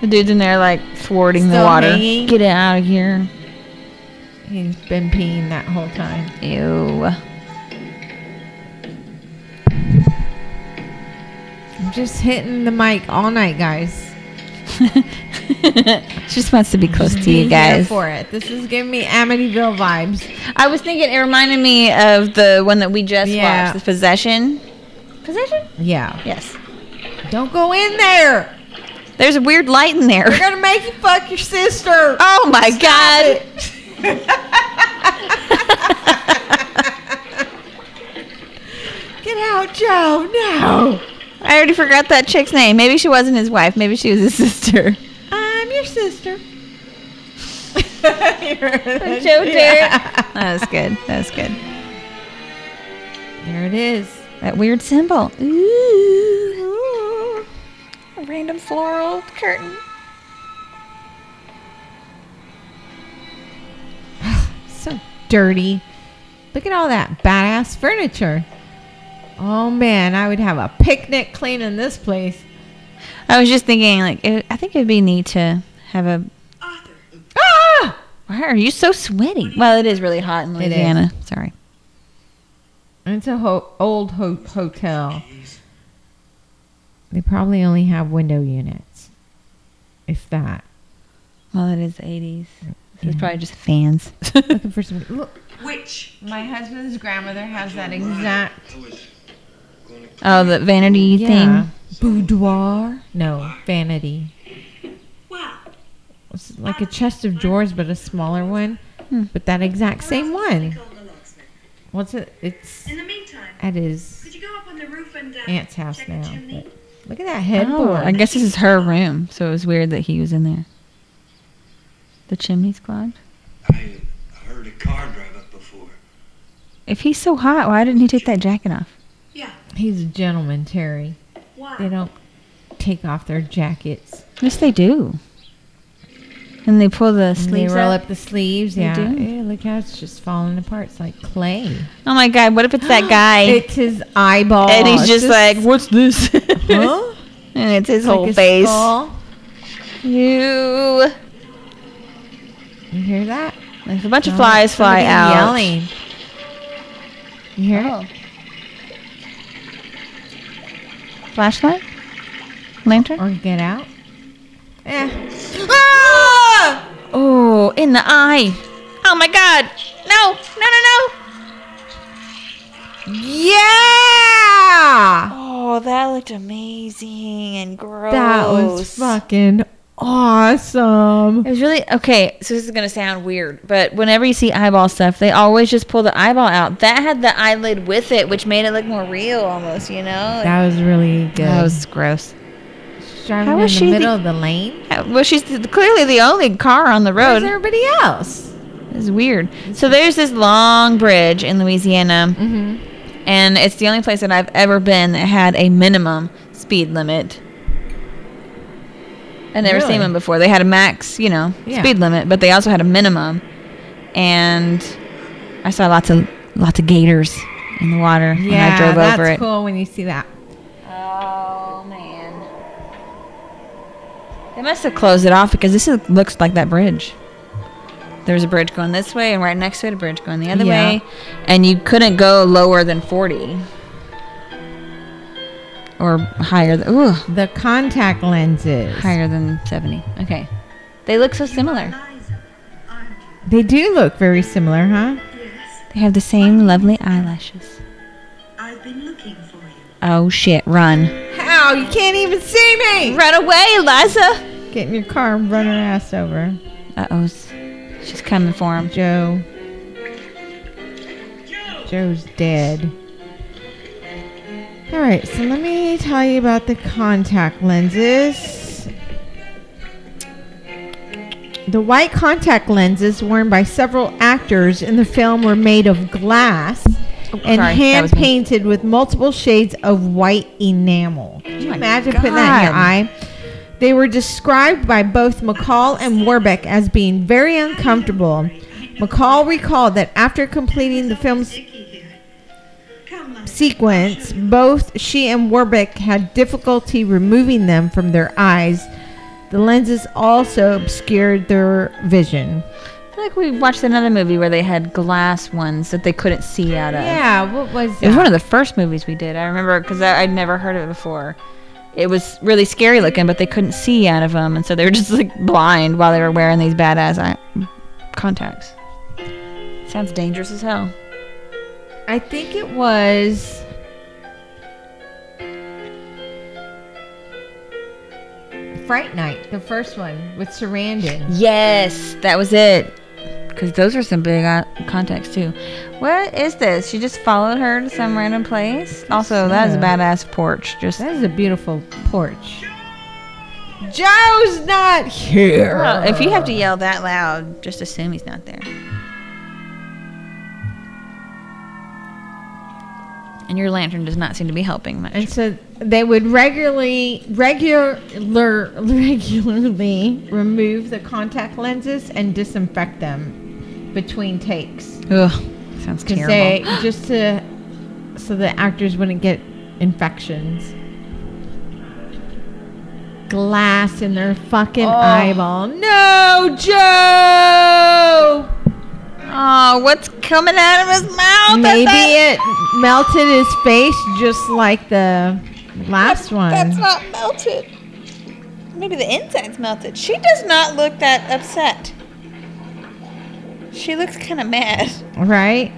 B: The dude's in there like thwarting the
A: Still
B: water.
A: hanging?
B: Get out of here.
A: He's been peeing that whole time.
B: Ew.
A: I'm just hitting the mic all night, guys.
B: (laughs) she just wants to be close to
A: Be
B: you
A: here
B: guys.
A: for it. This is giving me Amityville vibes.
B: I was thinking it reminded me of the one that we just
A: Yeah.
B: watched, The Possession. Possession?
A: Yeah.
B: Yes.
A: Don't go in there.
B: There's a weird light in there.
A: They're gonna make you fuck your sister.
B: (laughs) Oh my god.
A: Get out, Joe. No.
B: I already forgot that chick's name. Maybe she wasn't his wife. Maybe she was his (laughs) sister.
A: I'm your sister. (laughs)
B: Joe Dirt. (laughs) That was good. That was good.
A: There it is.
B: That weird symbol. Ooh. A random floral curtain.
A: So dirty. Look at all that badass furniture. Oh man, I would have a picnic cleaning this place.
B: I was just thinking, like, it, I think it'd be neat to have a.
E: Arthur,
A: Ah!
B: Why are you so sweaty? Well, it is really hot in
A: is.
B: Louisiana. Sorry.
A: It's a ho- old ho-
B: Oh.
A: hotel. They probably only have window units, if that.
B: Well, it is 80s. So it's probably just fans. (laughs)
A: Looking for some. Look,
E: which
A: my husband's grandmother has that exact
B: oh, the vanity
A: yeah,
B: thing.
A: boudoir. No, vanity.
E: well,
A: It's like a chest of drawers, but a smaller one. But that exact same one.
E: called the locksmith.
A: What's it? It's
E: In the meantime,
A: at his
E: could you go up on the roof and uh,
A: aunt's house
E: check
A: now.
E: the chimney?
A: but look at that
B: Oh,
A: headboard.
B: I guess this is her room. So it was weird that he was in there. The chimney's clogged.
H: I heard a car drive up before.
B: If he's so hot, why didn't he take that jacket off?
E: Yeah,
A: He's a gentleman, Terry.
E: why?
A: They don't take off their jackets.
B: Yes, they do. And they pull the
A: And they
B: sleeves
A: roll
B: up.
A: up the sleeves.
B: They
A: yeah.
B: do?
A: Yeah, Look how it's just falling apart. It's like clay.
B: Oh my god, what if it's
A: (gasps)
B: that (gasps) guy?
A: It's his eyeball.
B: and he's
A: It's
B: just like, "What's this?" (laughs)
A: huh?
B: and it's his
A: It's
B: whole
A: like a
B: face.
A: skull.
B: You.
A: You hear that? Oh,
B: If a bunch of
A: No,
B: flies fly
A: somebody
B: out.
A: Yelling. You hear it?
B: Oh. Flashlight. Lantern.
A: Or get out? Eh.
B: Oh, in the eye. Oh my god. No! No! No! No!
A: Yeah!
B: Oh, that looked amazing and gross.
A: That was fucking awesome.
B: It was really okay. So this is gonna sound weird, but whenever you see eyeball stuff, they always just pull the eyeball out. That had the eyelid with it, which made it look more real, almost. You know,
A: That was really good.
B: That was gross.
A: She's driving
B: how
A: in
B: was
A: the
B: she the-
A: middle of the lane.
B: Uh, Well, she's th- clearly the only car on the
A: Where's
B: road.
A: everybody else?
B: It's weird. So there's this long bridge in Louisiana,
A: Mm-hmm.
B: and it's the only place that I've ever been that had a minimum speed limit. I'd never seen
A: Really?
B: one before. They had a max, you know,
A: Yeah.
B: speed limit, but they also had a minimum. And I saw lots of lots of gators in the water when
A: Yeah,
B: I drove
A: that's
B: over it.
A: cool when you see that.
B: Oh man. They must have closed it off because this is, looks like that bridge. There was a bridge going this way, and right next to it, a bridge going the other
A: Yeah.
B: way, and you couldn't go lower than forty or higher. Th- ooh,
A: The contact lenses.
B: higher than seventy. Okay, they look so similar.
E: Liza, aren't you?
A: They do look very similar, huh?
E: Yes,
B: They have the same lovely eyelashes.
E: I've been looking for you.
B: Oh shit! Run,
A: How? You can't even see me!
B: run away, Eliza.
A: Get in your car and run her ass over.
B: Uh oh, she's coming for him.
A: Joe. Joe's dead. All right, so let me tell you about the contact lenses. The white contact lenses worn by several actors in the film were made of glass and
B: Oh, sorry, that
A: hand
B: was me.
A: painted with multiple shades of white enamel. Can you
B: my
A: imagine putting that in your
B: God.
A: eye? They were described by both McCall and Warbeck as being very uncomfortable. McCall recalled that after completing the film's
C: Icky here. Come on.
A: sequence, both she and Warbeck had difficulty removing them from their eyes. The lenses also obscured their vision.
B: I feel like we watched another movie where they had glass ones that they couldn't see out of.
A: Yeah, what was
B: It was one of the first movies we did. I remember because I'd never heard of it before. It was really scary looking, but they couldn't see out of them, and so they were (laughs) just like blind while they were wearing these badass eye- contacts. Sounds dangerous as hell.
A: I think it was. Fright Night, the first one with Sarandon.
B: Yes, that was it. Because those are some big o- contacts too. What is this? She just followed her to some random place. Also, that is a
A: so.
B: badass porch. Just
A: That is a beautiful porch. Joe's not here.
B: Well, if you have
A: Oh.
B: to yell that loud, just assume he's not there. And your lantern does not seem to be helping much.
A: And so they would regularly, regular, regularly remove the contact lenses and disinfect them between takes.
B: Ugh, sounds
A: Because
B: terrible.
A: they, just to, so the actors wouldn't get infections. Glass in their fucking eyeball. No, Joe!
B: oh, what's coming out of his mouth?
A: Maybe
B: That's
A: it melted his face just like the last one.
B: not- That's not melted. Maybe the inside's melted. She does not look that upset. She looks kind of mad,
A: right?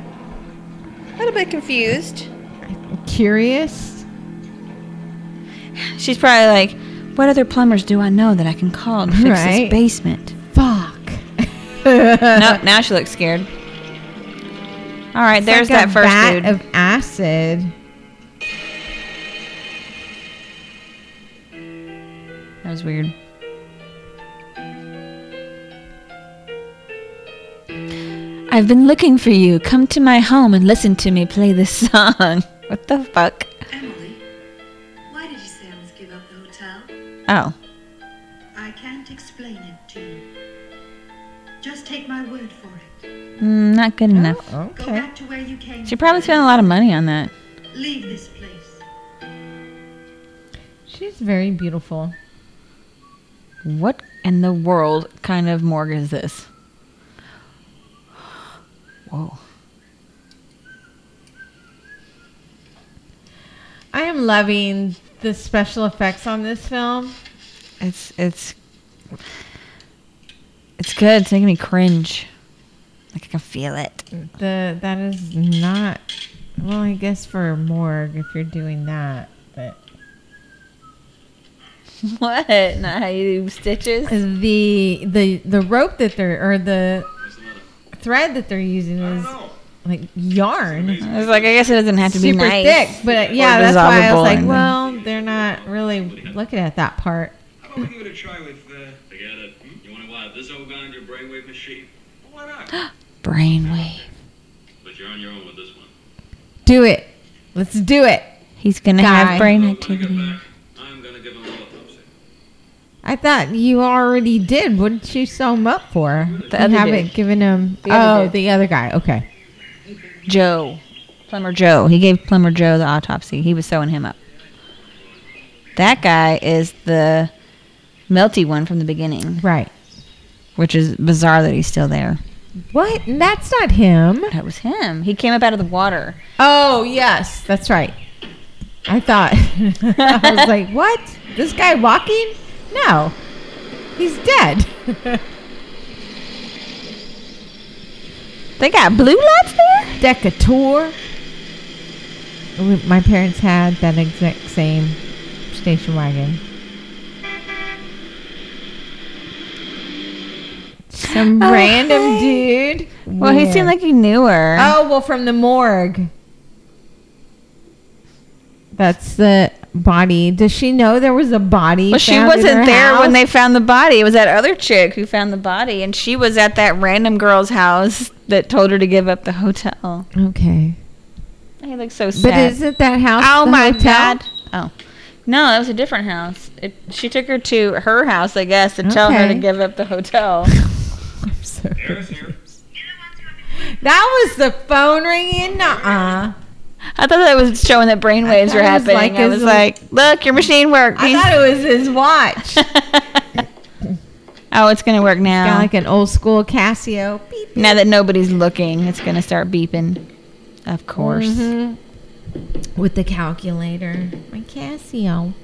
B: a little bit confused.
A: Curious?
B: She's probably like, what other plumbers do I know that I can call to fix
A: Right. Uh-huh.
B: this basement?
A: (laughs) Fuck.
B: no, now she looks scared. All right, there's
A: Like a
B: that first
A: vat
B: dude.
A: of acid.
B: that was weird. I've been looking for you. Come to my home and listen to me play this song. (laughs) What the fuck?
E: Emily, why did you say I must give up the hotel?
B: Oh,
C: I can't explain it to you. Just take my word for it.
B: mm, not good enough.
C: Go
A: Oh, Okay.
C: back to where you came
B: She probably spent a lot of money on that.
C: from. Leave this place.
A: She's very beautiful.
B: What in the world kind of morgue is this? Whoa.
A: I am loving the special effects on this film.
B: It's it's it's good. It's making me cringe. Like I can feel it.
A: The that is not well, I guess for a morgue if you're doing that. But
B: (laughs) What? Not how you do stitches.
A: the the the rope that they're or the thread that they're using is like yarn.
B: It's like I guess it doesn't have to be
A: super
B: nice.
A: thick. But
B: Or
A: yeah, that's why I
B: dissolvable
A: was like,
B: and-
A: well, they're not really looking at that part.
H: How about we give it a try with, uh,
D: Forget it. You wanna wild this old guy in your brainwave machine?
H: why not?
B: brainwave.
D: (gasps) But you're on your own with this one.
A: Do it. Let's do it.
B: He's gonna
A: Guy.
B: have brain
D: So when I get
B: activity.
D: back, I'm gonna give him an autopsy.
A: I thought you already did. What did you sew him up for?
B: The
A: you
B: other
A: haven't
B: dude.
A: given him.
B: The
A: oh,
B: other dude.
A: the other guy. Okay.
B: Joe, plumber Joe. He gave plumber Joe the autopsy. He was sewing him up. That guy is the melty one from the beginning,
A: Right.
B: which is bizarre that he's still there.
A: What? That's not him.
B: That was him. He came up out of the water.
A: Oh, yes. That's right. I thought. (laughs) I
B: (laughs)
A: was like, what? This guy walking? No. He's
B: (laughs)
A: dead.
B: They got blue lights there.
A: Decatur. We- My parents had that exact same station wagon. Some
B: Oh,
A: random
B: hi.
A: dude.
B: Well, he Oh, seemed like he knew her.
A: Oh well, from the morgue. That's the body. Does she know there was a body?
B: Well, she
A: found in her
B: wasn't there when
A: house?
B: they found the body. It was that other chick who found the body, and she was at that random girl's house that told her to give up the hotel.
A: Okay,
B: He looks so sad.
A: but isn't that house?
B: oh
A: the
B: my
A: hotel?
B: god! Oh, no, that was a different house. It, she took her to her house, I guess, to tell her to
A: Okay.
B: give up the hotel.
A: (laughs) I'm so
F: There's here.
A: that was the phone ringing. Nuh-uh.
B: I thought that was showing that brainwaves
A: I thought it was
B: were happening.
A: like
B: I
A: his
B: was
A: little-
B: like, "Look, your machine worked."
A: I thought it was his watch.
B: (laughs) oh, it's gonna work
A: Got
B: now.
A: like an old school Casio. Beep.
B: Now that nobody's looking, it's gonna start beeping. Of course.
A: Mhm. Mm-hmm. With the calculator. My
B: (laughs)
A: Casio.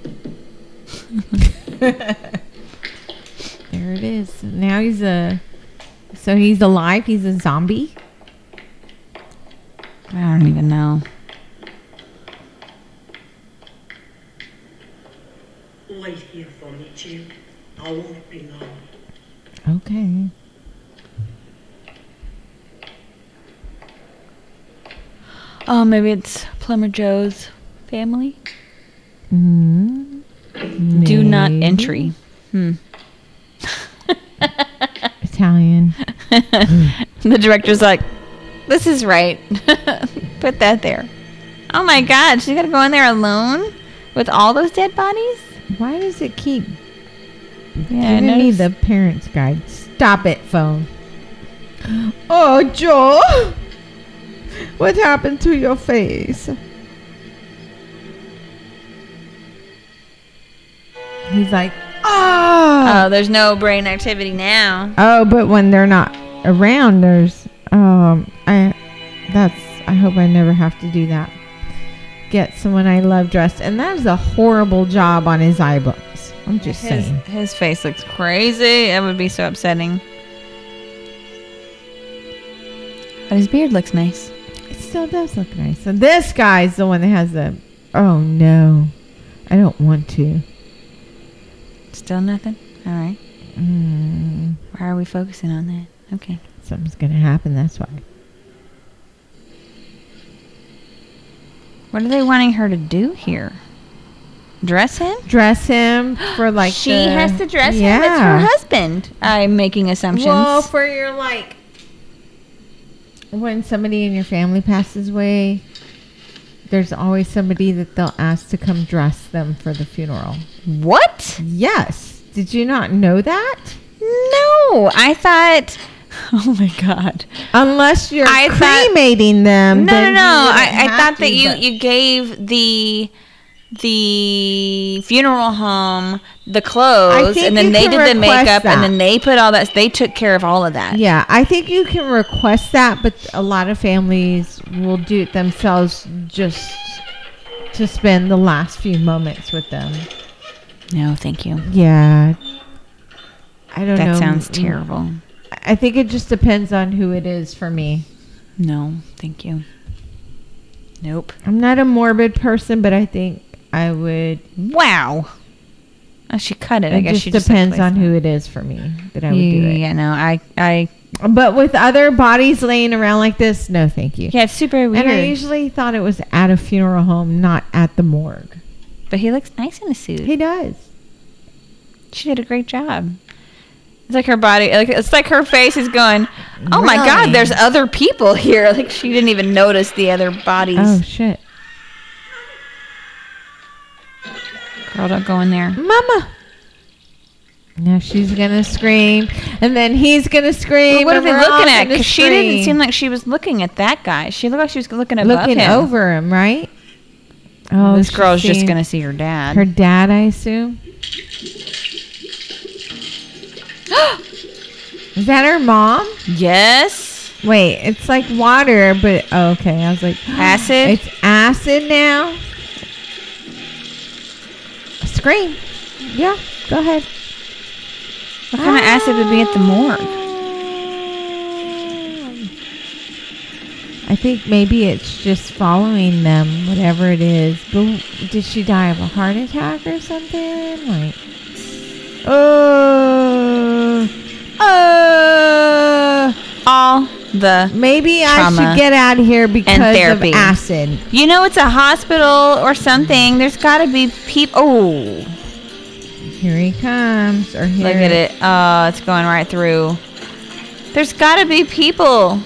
A: there it is. Now he's a. So he's alive. He's a zombie.
B: I don't even know.
G: Wait here for me, Jim. I won't be long.
A: Okay.
B: Oh, maybe it's Plumber Joe's family.
A: mm
B: Do not
A: Maybe.
B: entry. Hmm.
A: Italian.
B: the director's like, "This is right. (laughs) Put that there." Oh my God, she's gonna go in there alone with all those dead bodies.
A: Why does it keep
B: Yeah, I
A: giving me
B: noticed.
A: the parents' guide? Stop it, phone. Oh, Joel. What happened to your face? He's like, oh.
B: Oh, there's no brain activity now.
A: Oh, but when they're not around, there's um I that's I hope I never have to do that. Get someone I love dressed, and that is a horrible job on his eyeballs. I'm just
B: His,
A: saying.
B: his face looks crazy. It would be so upsetting. But his beard looks nice.
A: It still does look nice. So this guy's the one that has the. Oh no, I don't want to.
B: Still nothing? All right.
A: Mm,
B: Why are we focusing on that? Okay.
A: something's gonna happen. That's why.
B: What are they wanting her to do here? Dress him?
A: Dress him for like.
B: she
A: the-
B: has to dress him. It's her husband. I'm making assumptions.
A: Well, for your like when somebody in your family passes away, there's always somebody that they'll ask to come dress them for the funeral.
B: what?
A: Yes. Did you not know that?
B: No, I thought. (laughs) Oh my god.
A: Unless you're
B: I thought-
A: cremating them.
B: No, no,
A: then
B: no.
A: you wouldn't
B: I, I
A: have
B: thought that
A: to,
B: you,
A: but-
B: you gave the the funeral home the clothes
A: think
B: and then
A: you
B: they
A: can
B: did the
A: request
B: makeup
A: that.
B: and then they put all that they took care of all of that
A: Yeah, I think you can request that, but a lot of families will do it themselves just to spend the last few moments with them.
B: no thank you
A: Yeah. I don't know.
B: that sounds
A: Mm,
B: terrible
A: I think it just depends on who it is for me.
B: no thank you nope
A: I'm not a morbid person, but I think I would.
B: wow oh she cut it i
A: it
B: guess
A: just
B: she just
A: depends on
B: replaced
A: who it is for me that I
B: that.
A: would do it.
B: yeah no i i
A: But with other bodies laying around like this, no, thank you.
B: yeah it's super weird
A: and I usually thought it was at a funeral home, not at the morgue.
B: but he looks nice in a suit
A: He does.
B: She did a great job. It's like her body, like it's like her face is going, "Oh my God,
A: Really?
B: there's other people here." (laughs) Like she didn't even notice the other bodies.
A: Oh shit,
B: Girl, don't go in there.
A: Mama! Now she's gonna scream, and then he's gonna
B: But
A: scream.
B: what are
A: and
B: they
A: we're all
B: looking at?
A: gonna
B: Because she didn't
A: scream.
B: seem like she was looking at that guy. She looked like she was looking above
A: looking
B: him.
A: over him, right? Oh,
B: this
A: she's
B: girl's just
A: seeing-
B: gonna see her dad.
A: Her dad, I
B: (gasps)
A: assume. Is that her mom?
B: yes,
A: Wait, it's like water, but oh, okay. I was like, (gasps)
B: Acid?
A: It's acid now. Scream. Yeah, go ahead.
B: what kind of acid would be at the morgue?
A: I think maybe it's just following them, whatever it is. But did she die of a heart attack or something? Like, oh, oh,
B: Uh, All the
A: Maybe I
B: Trauma
A: should get out of here because of
B: therapy.
A: acid.
B: You know, it's a hospital or something. There's got to be people. Oh,
A: Here he comes. Or here.
B: look at it. Oh, it's going right through. There's got to be people.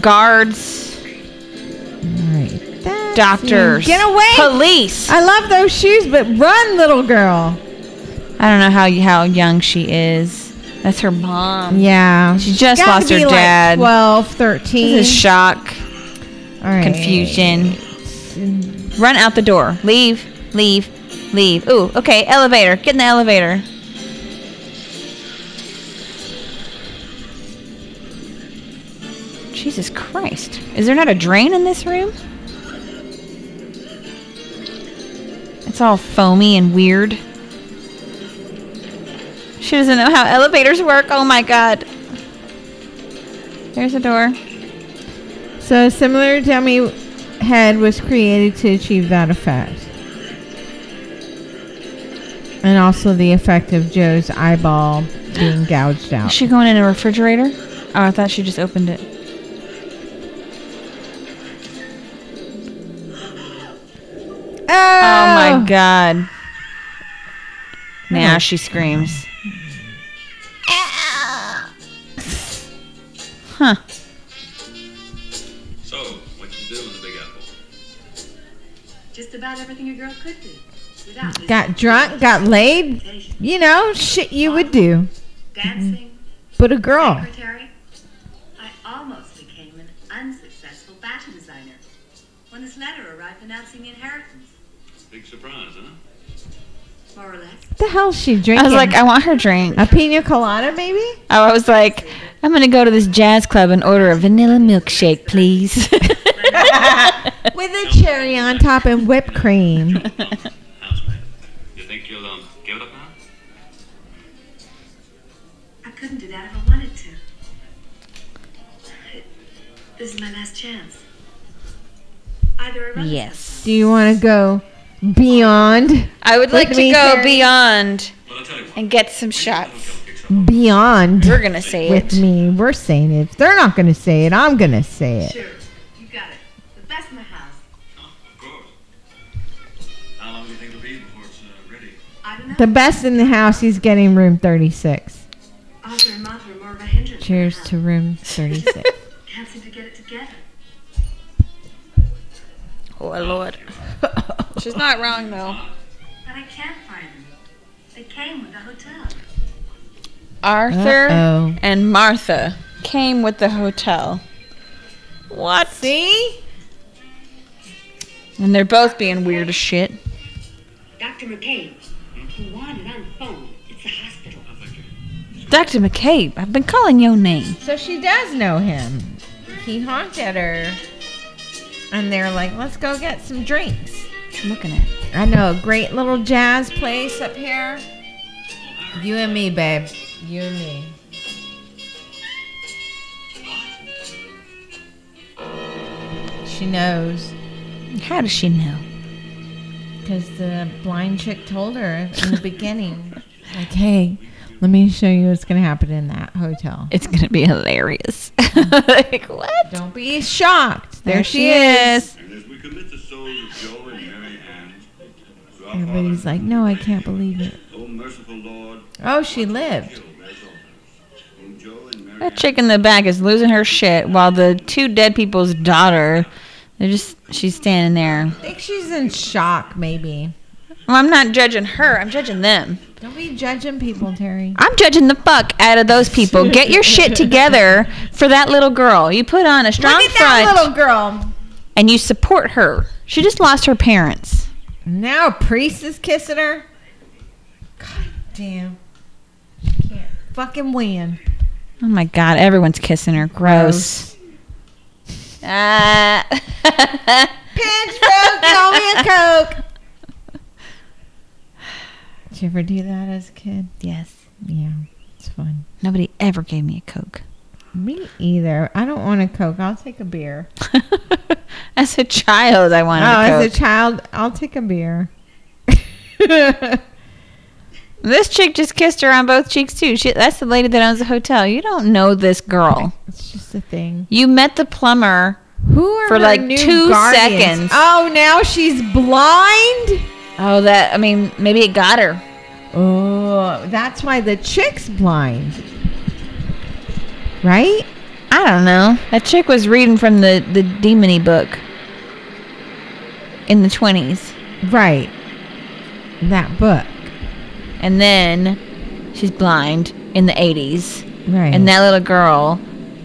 B: Guards,
A: All right. That's you.
B: doctors,
A: Get away!
B: police.
A: I love those shoes, but run, little girl.
B: I don't know how how young she is. That's her mom.
A: Yeah.
B: She just
A: Gotta
B: lost her
A: be like
B: dad.
A: 12, 13.
B: This is shock,
A: All right.
B: confusion. Run out the door. Leave, leave, leave. Ooh, okay. Elevator. Get in the elevator. Jesus Christ. Is there not a drain in this room? It's all foamy and weird. She doesn't know how elevators work. Oh my god. There's a door.
A: So, a similar dummy head was created to achieve that effect. And also the effect of Joe's eyeball being gouged
B: Is
A: out.
B: she going in a refrigerator? Oh, I thought she just opened it.
A: Oh,
B: Oh my god. Now she screams. Huh.
F: So, what you do in the Big Apple?
E: Just about everything a girl could do. Without
A: Got drunk, got laid. You know, shit you would do.
E: dancing,
A: But a girl.
E: secretary. I almost became an unsuccessful fashion designer when this letter arrived announcing inheritance,
F: Big surprise, huh?
E: more or less.
A: What the hell is she drinking?
B: I was like, I want her drink.
A: a pina colada, maybe?
B: Oh, I was like, I'm gonna go to this jazz club and order a vanilla milkshake, please. (laughs)
A: With a cherry on top and whipped cream.
F: How's man? You think you'll um, give it up now?
E: I couldn't do that if I wanted to. This is my last chance. Either I run
B: yes.
A: Do you want to go beyond?
B: I would like
A: With
B: to
A: me,
B: go
A: Terry.
B: beyond
F: Well, I'll tell you what.
B: and get some shots.
A: Beyond
B: We're gonna say
A: with
B: it.
A: me. We're saying it. If they're not going to say it, I'm going to say it.
E: Sure, you got it. The best in the house.
F: Oh, of course. How long do you think it'll be before it's uh, ready?
E: I don't know.
A: The best in the house, he's getting room 36.
E: Arthur and Martha are more of a hindrance. than
A: Cheers
E: a help.
A: to room
B: (laughs)
A: 36.
E: Can't seem to get it together.
B: Oh lord. She's not wrong though.
F: Ah.
E: But I can't find them. They came with the hotel.
B: Arthur
A: Uh-oh.
B: and Martha came with the hotel. What?
A: See?
B: And they're both being weird as shit.
E: Dr. McCabe, you wanted on the phone. It's the hospital.
B: Dr. McCabe, I've been calling your name.
A: So she does know him. He honked at her. And they're like, let's go get some drinks.
B: I'm looking at.
A: I know a great little jazz place up here. You and me, babe. You and me. She knows
B: How does she know?
A: because the blind chick told her in (laughs) the beginning, like, hey, let me show you what's going to happen in that hotel.
B: It's gonna be hilarious. (laughs) like what?
A: Don't be shocked. There, she, is.
F: And as we commit the souls of Joe and Mary Ann to our
A: Everybody's like, no, I can't believe it.
F: Father, O merciful Lord,
A: Oh, she lived.
F: kill their daughters, whom Joe and Mary
B: That chick in the back is losing her shit while the two dead people's daughter they're just she's standing there.
A: I think she's in shock, maybe.
B: Well, I'm not judging her, I'm judging them.
A: Don't be judging people, Terry.
B: I'm judging the fuck out of those
A: (laughs)
B: people. Get your shit together for that little girl. You put on a strong
A: Look at
B: front
A: that little girl.
B: and you support her. She just lost her parents.
A: Now a priest is kissing her. God damn. Can't fucking win.
B: Oh my god, everyone's kissing her.
A: Uh,
B: Gross.
A: (laughs)
B: Ah.
A: Pinch Coke, throw me a Coke. Did you ever do that as a kid?
B: yes.
A: Yeah, it's fun.
B: Nobody ever gave me a Coke. (laughs)
A: Me either. I don't want a Coke. I'll take a beer.
B: as a child, I
A: Oh,
B: wanted a
A: as a
B: Coke.
A: child, I'll take a beer. (laughs)
B: this chick just kissed her on both cheeks, too. She, that's the lady that owns the hotel. You don't know this girl.
A: it's just the thing.
B: You met the plumber.
A: Who are
B: For,
A: her
B: like,
A: new
B: two
A: guardians?
B: seconds.
A: Oh, now she's blind.
B: Oh, that I mean, maybe it got her.
A: Oh, that's why the chick's blind. Right?
B: I don't know. That chick was reading from the the demony book in the twenties,
A: Right. That book.
B: and then she's blind in the eighties,
A: Right.
B: and that little girl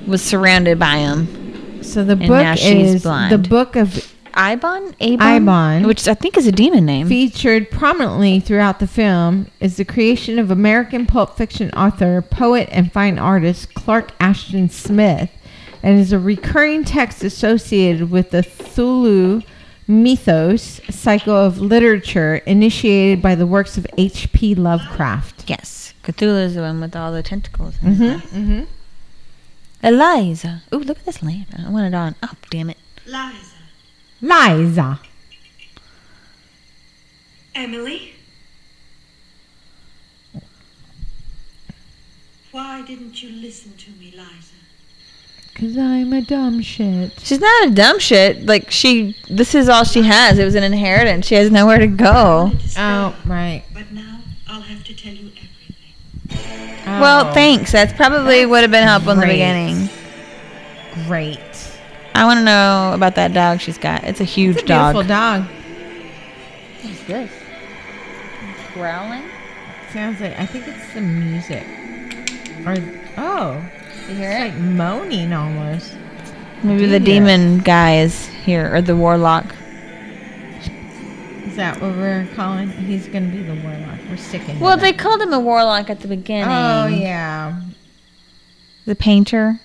B: was surrounded by him.
A: so the
B: and
A: book
B: now she's
A: is
B: blind.
A: the book of
B: Ibon, Abon,
A: Ibon.
B: which I think is a demon
A: Mm-hmm.
B: name.
A: featured prominently throughout the film is the creation of American pulp fiction author, poet, and fine artist Clark Ashton Smith, and is a recurring text associated with the Thulu mythos cycle of literature initiated by the works of H.P. Lovecraft.
B: yes, Cthulhu is the one with all the tentacles.
A: Mm-hmm.
B: Eliza. Ooh, look at this lamp. I want it on. Oh, damn it.
C: Liza.
A: Liza.
E: Emily?
C: Why didn't you listen to me, Liza?
A: Cause I'm a dumb shit.
B: She's not a dumb shit. Like she, this is all she has. It was an inheritance. She has nowhere to go.
C: wanted to stay,
A: Oh, right.
C: But now I'll have to tell you everything.
A: Oh,
B: Well, thanks. Oh. That's probably would have been helpful in the
A: Great.
B: beginning.
A: Great.
B: I want to know about that dog she's got. It's a huge
A: It's a
B: dog.
A: beautiful dog.
B: What's this? It's growling.
A: Sounds like I think it's the music. Or oh,
B: You
A: it's
B: hear
A: like moaning almost.
B: it? Maybe the
A: deer.
B: demon guy is here, or the warlock.
A: Is that what we're calling? He's gonna be the warlock. We're sticking. to
B: Well,
A: that.
B: they called him a warlock at the beginning.
A: Oh yeah.
B: The painter.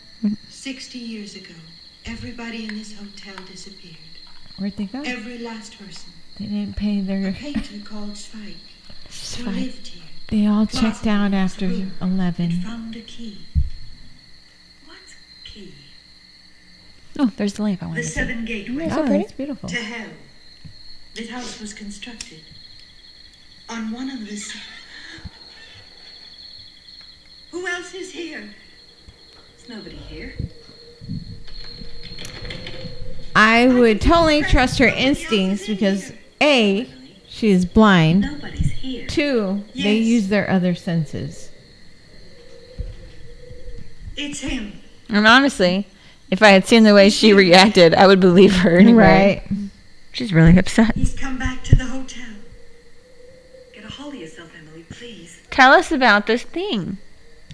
C: Sixty years ago, everybody in this hotel disappeared.
A: Where'd they go? They
C: Every last person.
A: didn't pay
C: A
A: their.
C: painter called Spike, who
B: Fuck.
C: lived here,
A: They all checked out after
C: and
A: eleven.
C: found a key. What key?
B: Oh, there's the lamp I wanted
C: The
B: to see.
C: seven gateways.
A: Oh,
B: pretty.
A: that's beautiful.
C: To hell. The house was constructed on one of the. se- Who else is here? There's nobody here.
A: I would totally trust her instincts because a, she is blind.
C: Nobody's here.
A: Two, they
C: Yes.
A: use their other senses.
C: It's him.
B: And honestly, if I had seen the way she reacted, I would believe her anyway. She's really upset.
C: He's come back to the hotel.
E: Get a hold of yourself, Emily, please.
B: Tell us about this thing.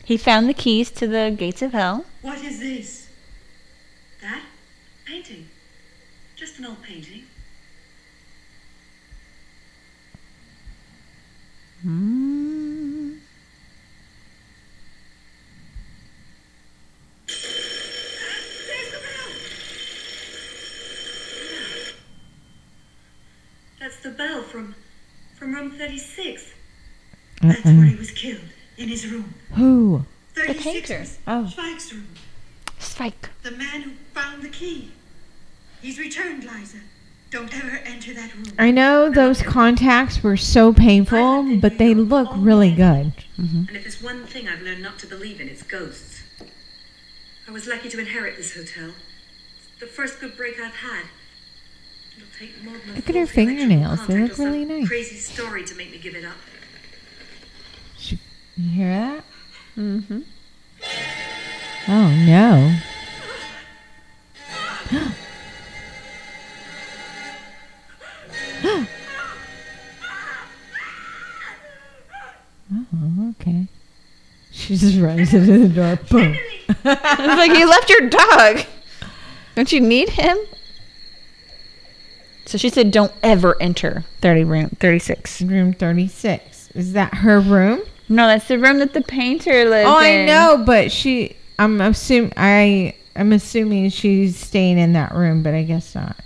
B: He found the keys to the gates of hell.
C: What is this?
E: That? Painting. Just an old painting.
B: Mm.
E: There's the bell! Yeah. That's the bell from from room 36.
C: That's
A: Uh-uh.
C: where he was killed, in his room.
A: Who?
C: 36
B: painter.
C: was
A: Oh.
C: Spike's room.
B: Spike.
C: The man who found the key. He's returned, Liza. Don't ever enter that room.
B: Mm.
A: I know those contacts were so painful, but they look really good.
E: And if there's one thing I've learned not to believe in, it's ghosts. I was lucky to inherit this hotel. It's the first good break I've had. It'll take more than a
A: Look at her
E: faulty electrical
A: fingernails. They look
E: contact or some
A: really nice.
E: Crazy story to make me give it up.
A: Sh- You hear that?
B: Mm-hmm.
A: Oh no. (gasps) oh, okay. She (laughs) just runs into the door. Boom.
B: (laughs) It's like you left your dog. Don't you need him? So she said, "Don't ever enter 30 room 36."
A: Room 36. Is that her room?
B: No, that's the room that the painter lives
A: Oh, I
B: in.
A: know, but she. I'm assuming. I. I'm assuming she's staying in that room, but I guess not.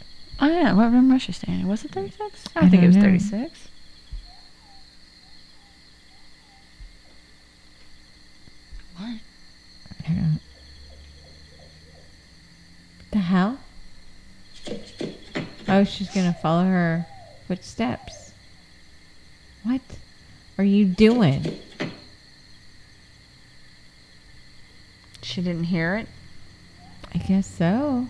B: Oh yeah, what room was she staying in? Was it 36? I,
A: I
B: think it
A: don't
B: was
A: know.
B: 36. What?
A: I don't. The hell? Oh, she's gonna follow her footsteps. What are you doing?
B: She didn't hear it.
A: I guess so.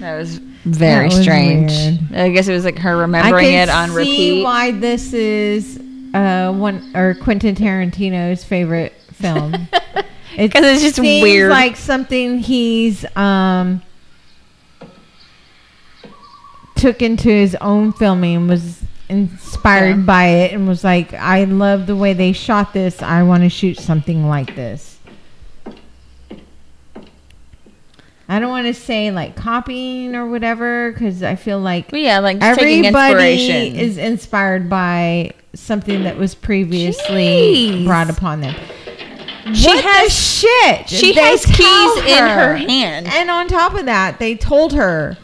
B: That was very
A: That was
B: strange.
A: weird.
B: I guess it was like her remembering
A: I can
B: it on
A: see
B: repeat.
A: why this is uh, one or Quentin Tarantino's favorite
B: (laughs)
A: film. It
B: 'Cause it's just
A: seems
B: weird.
A: Like something he's um, took into his own filming and was inspired
B: Yeah.
A: by it and was like, "I love the way they shot this. I want to shoot something like this." I don't want to say like copying or whatever because I feel like
B: But yeah, like just taking inspiration.
A: everybody is inspired by something that was previously
B: Jeez.
A: brought upon them.
B: she
A: what the
B: has
A: shit.
B: she
A: They
B: has
A: tell
B: keys in her hand.
A: And on top of that, they told her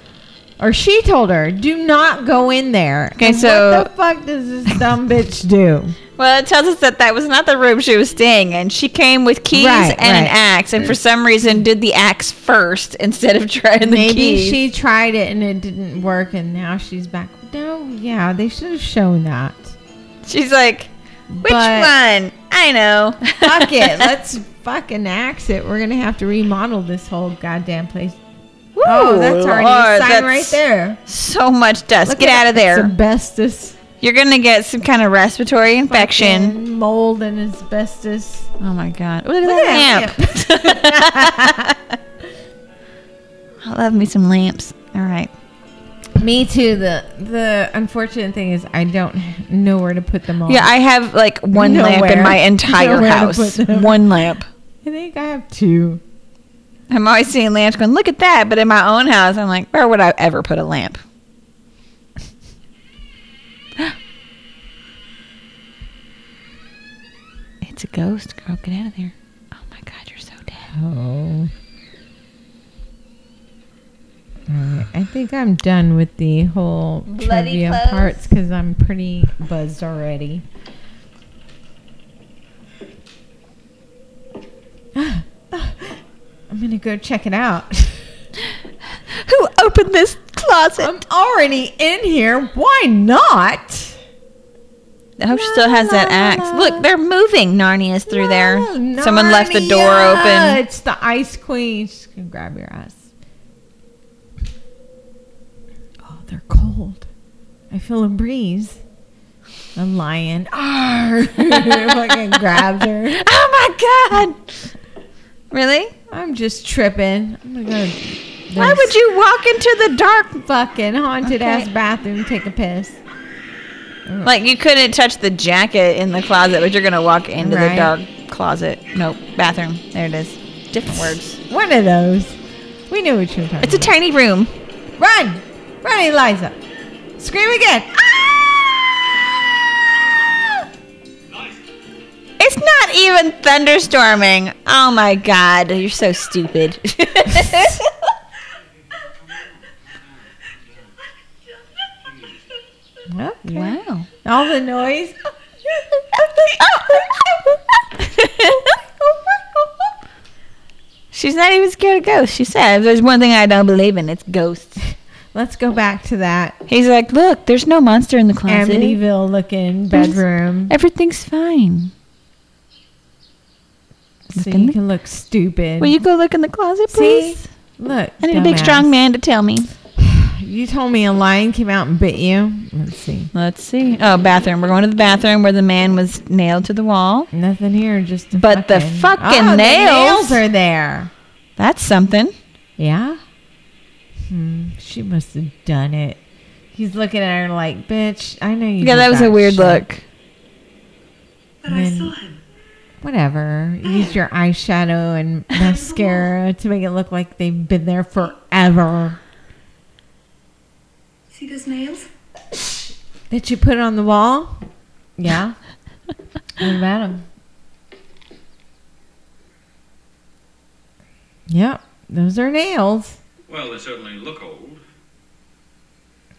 A: or she told her, "Do not go in there."
B: Okay,
A: And
B: so-
A: what the fuck does
B: (laughs)
A: this dumb bitch do?
B: well, it tells us that that was not the room she was staying in. She came with keys
A: Right,
B: and an
A: right.
B: axe, and for some reason did the axe first instead of (laughs) trying the
A: Maybe
B: keys.
A: she tried it and it didn't work, and now she's back. No, yeah, they should have shown that.
B: She's like,
A: But-
B: which one? I know.
A: Fuck it, let's fucking axe it. We're gonna have to remodel this whole goddamn place.
B: Woo,
A: Oh, that's already
B: Lord,
A: a sign
B: that's
A: right there.
B: (laughs) So much dust.
A: Look
B: Get
A: at
B: out of
A: that.
B: there.
A: It's asbestos
B: You're gonna get some kind of respiratory infection.
A: fucking mold, and asbestos.
B: Oh my god. Look at
A: Look
B: that
A: (laughs)
B: lamp. I love me some lamps. All right.
A: Me too. The the unfortunate thing is I don't know where to put them all.
B: Yeah, I have like one lamp in
A: Nowhere.
B: my entire
A: Nowhere to
B: house.
A: put them.
B: One lamp.
A: I think I have two.
B: I'm always seeing lamps going, look at that. But in my own house, I'm like, where would I ever put a lamp? (gasps) it's a ghost, girl. Get out of there. Oh my God, you're so dead.
A: Oh. Alright, I think I'm done with the whole
B: Bloody
A: trivia
B: clothes.
A: parts because I'm pretty buzzed already. (gasps) I'm gonna go check it out. (laughs)
B: Who opened this closet?
A: I'm already in here. Why not?
B: I hope she still has that
A: La, la,
B: axe.
A: la.
B: Look, they're moving Narnia's through there.
A: No,
B: Someone left the door
A: Oh, Narnia.
B: (laughs) open.
A: It's the ice queen. She's gonna grab your ass. Oh, they're cold. I feel a breeze. A lion. Arr! (laughs) Fucking grabs her.
B: (laughs) Oh my god! Really?
A: I'm just tripping. Oh I'm gonna go.
B: Why would you walk into the dark?
A: fucking haunted ass
B: Okay.
A: bathroom take a piss?
B: Like you couldn't touch the jacket in the closet, but you're gonna walk into the
A: Right.
B: dark closet. Nope, bathroom. There it is. Different words.
A: One of those. We knew what you were talking
B: It's a tiny room.
A: about. Run! Run, Eliza! Scream again! Ah!
B: It's not even thunderstorming. Oh my god, you're so stupid.
A: Okay.
B: wow.
A: All the noise.
B: She's not even scared of ghosts. She said, if there's one thing I don't believe in, it's ghosts.
A: Let's go back to that
B: He's like, look, there's no monster in the closet.
A: Amityville looking bedroom.
B: Everything's fine.
A: So you can look stupid.
B: Will you go look in the closet,
A: See?
B: please?
A: look.
B: I need a big,
A: dumbass.
B: strong man to tell me.
A: You told me a lion came out and bit you. Let's see.
B: Let's see. Oh, bathroom. We're going to the bathroom where the man was nailed to the wall.
A: Nothing here, just a
B: But the fucking
A: Oh, the
B: nails.
A: nails are there.
B: That's something.
A: Yeah. Hmm. She must have done it. He's looking at her like, bitch. I know you.
B: yeah,
A: did
B: that was a weird
A: shit."
B: look.
E: But I saw him.
A: Whatever. Use your eyeshadow
B: (laughs)
A: and mascara to make it look like they've been there forever.
E: See those nails?
A: That you put on the wall? (laughs) Yeah. what about him? Yep, those are nails.
F: Well, they certainly look old.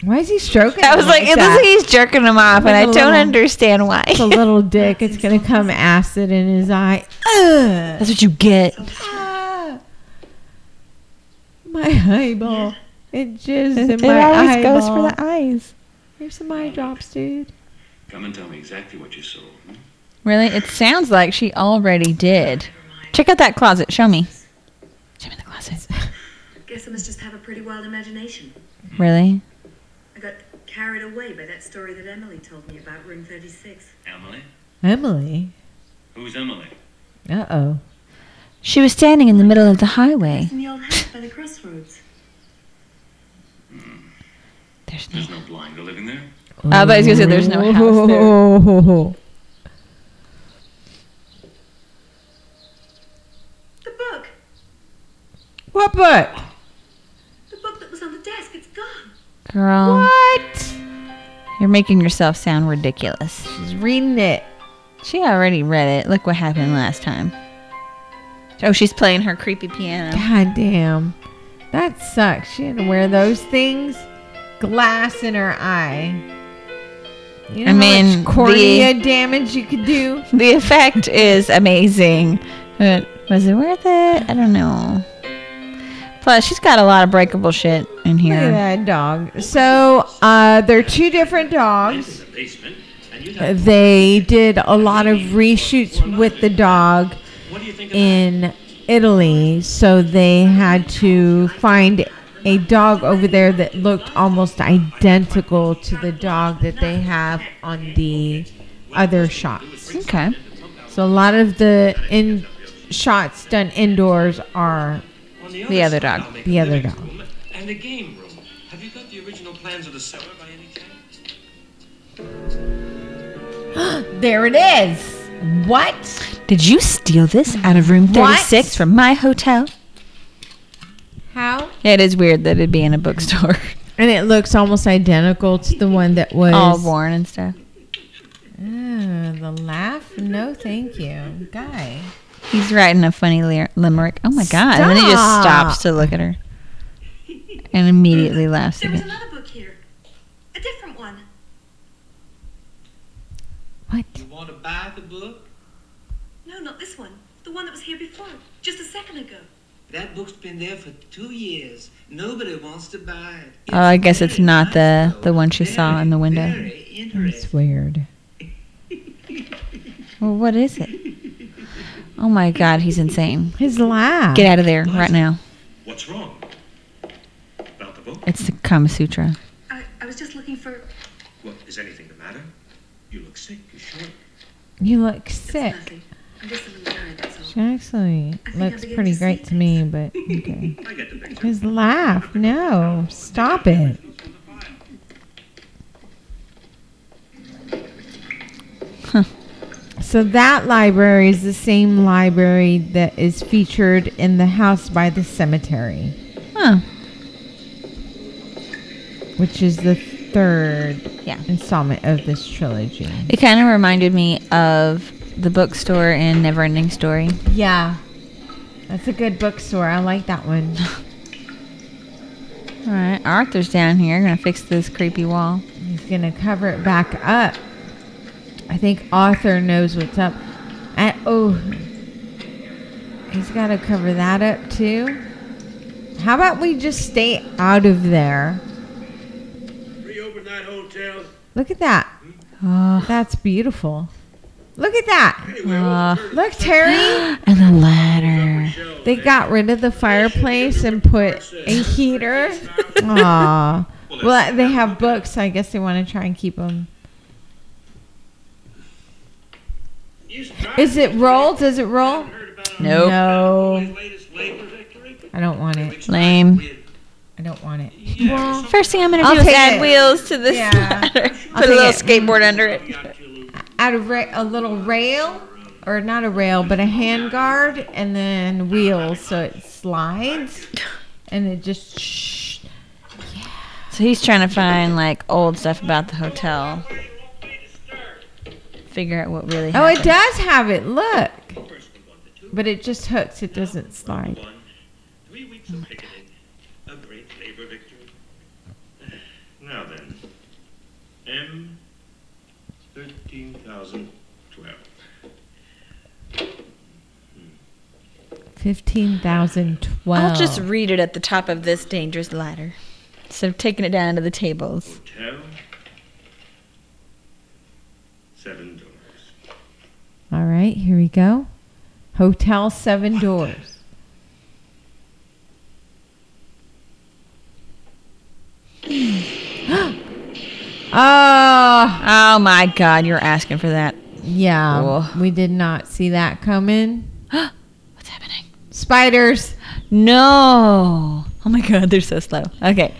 A: Why is he stroking?
B: I
A: it
B: was like, it looks
A: that?
B: like he's jerking him off, and
A: Like
B: I
A: a
B: don't
A: little-
B: understand why.
A: It's a little dick. It's gonna come acid in his eye. Ugh.
B: (laughs) That's what you get.
A: Ah. My eyeball. It jizzed in
B: It
A: my
B: always
A: eyeball.
B: goes for the eyes.
A: Here's some eye drops, dude.
F: Come and tell me exactly what you saw. Hmm?
B: Really? It sounds like she already did. Check out that closet. Show me. Show me the closet.
E: Guess I must just have a pretty wild imagination.
B: (laughs) Really?
E: I got carried away by that story that Emily told me about room 36.
H: Emily?
A: Emily.
H: Who's Emily?
A: Uh oh.
B: She was standing in the middle of the highway.
E: In the old house by the crossroads.
B: There's no.
H: no blind to living there.
B: I thought he was Oh, gonna say there's no house there.
A: Oh.
E: The book!
A: What book?
E: The book that was on the desk, it's gone!
B: (laughs) Girl,
A: What?
B: you're making yourself sound ridiculous.
A: She's reading it.
B: She already read it. Look what happened last time. Oh, she's playing her creepy (laughs) piano.
A: God damn. That sucks. She had to wear those things. Glass in her eye. You know
B: I
A: how
B: mean,
A: much cornea damage you could do?
B: The effect is amazing. But was it worth it? I don't know. Plus, she's got a lot of breakable shit in
A: Look at
B: here.
A: that dog. So, uh, they're two different dogs.
F: the basement, and you'd have.
A: They did a lot of reshoots with the dog
F: What do you think of
A: in Italy, so they had to find a dog over there that looked almost identical to the dog that they have on the other shots.
B: Okay.
A: So a lot of the in shots done indoors are
F: On the
B: The other
F: side,
B: dog.
F: I'll make
A: The
F: a
A: other
F: living
A: dog.
F: room And the game room. Have you got the original plans of the cellar by any chance?
A: there. It is what?
B: Did you steal this out of room
A: What?
B: 36 from my hotel?
A: How?
B: It is weird that it'd be in a bookstore.
A: And it looks almost identical to the one that was
B: (laughs) All worn and stuff.
A: Oh, the laugh? No, thank you, guy.
B: He's writing a funny lir- limerick. Oh my god! And then he just
A: Stop.
B: stops to look at her, and immediately laughs
E: There
B: at
E: was
B: it.
E: another book here. A different one.
B: What?
H: You want to buy the book?
E: No, not this one. The one that was here before, just a second ago.
H: That book's been there for two years. Nobody wants to buy it.
B: Oh, I guess it's
H: very
B: not the-
H: nice, though.
B: the one she saw
H: Very,
B: in the window.
H: very interesting.
A: It's weird.
B: Well, what is it? Oh my god, he's insane!
A: His laugh.
B: Get out of there right now.
F: What's wrong? About the book?
B: It's the Kama Sutra.
E: I, I was just looking for.
F: What, is anything the matter? You look sick, you sure?
A: You look
E: It's
A: sick.
E: nothing. I'm just a little tired, that's all.
A: She actually
E: think I
A: looks
E: began
A: pretty
E: to see
A: great to me,
E: (laughs)
A: but okay.
F: I get the picture.
A: His laugh. No, stop it. So that library is the same library that is featured in the house by the cemetery,
B: Huh?
A: which is the third
B: Yeah.
A: installment of this trilogy.
B: It kind of reminded me of the bookstore in Neverending Story.
A: Yeah. That's a good bookstore. I like that one.
B: All right, Arthur's down here. Gonna fix this creepy wall.
A: He's going to cover it back up. I think Arthur knows what's up. I, oh. He's got to cover that up too. How about we just stay out of there?
F: Three overnight hotels.
A: Look at that.
B: Oh,
A: That's beautiful. Look at that.
F: Anyway,
B: Ah.
A: (gasps) Look, Terry.
B: (gasps) and the ladder.
A: They got rid of the fireplace and put a heater. Aww. Well, they have books. So I guess they want to try and keep them. Is it roll? Does it roll?
B: Nope.
A: No. I don't want it.
B: Lame.
A: I don't want it.
B: First thing I'm gonna
A: I'll
B: do is
A: take
B: add
A: it.
B: wheels to this
A: Yeah.
B: ladder.
A: I'll
B: Put
A: take
B: a little
A: it.
B: skateboard under it.
A: Add a, ra- a little rail, or not a rail, but a hand guard, and then wheels so it slides, and it just. Shh.
B: So he's trying to find like old stuff about the hotel. Figure out what really
A: Oh, it
B: happened.
A: does have it. Look, but it just hooks. It doesn't slide.
F: Three weeks of picketing. A great labor victory. (sighs) Now then. M. 13,012.
A: Fifteen thousand twelve.
B: I'll just read it at the top of this dangerous ladder. So taking it down to the tables.
F: Hotel. Seven dollars.
A: All right, here we go. Hotel Seven Doors. oh,
B: Oh my God, you're asking for that. (gasps)
A: yeah.
B: Whoa.
A: We did not see that coming.
B: What's happening?
A: Spiders.
B: No. Oh my God, they're so slow. Okay.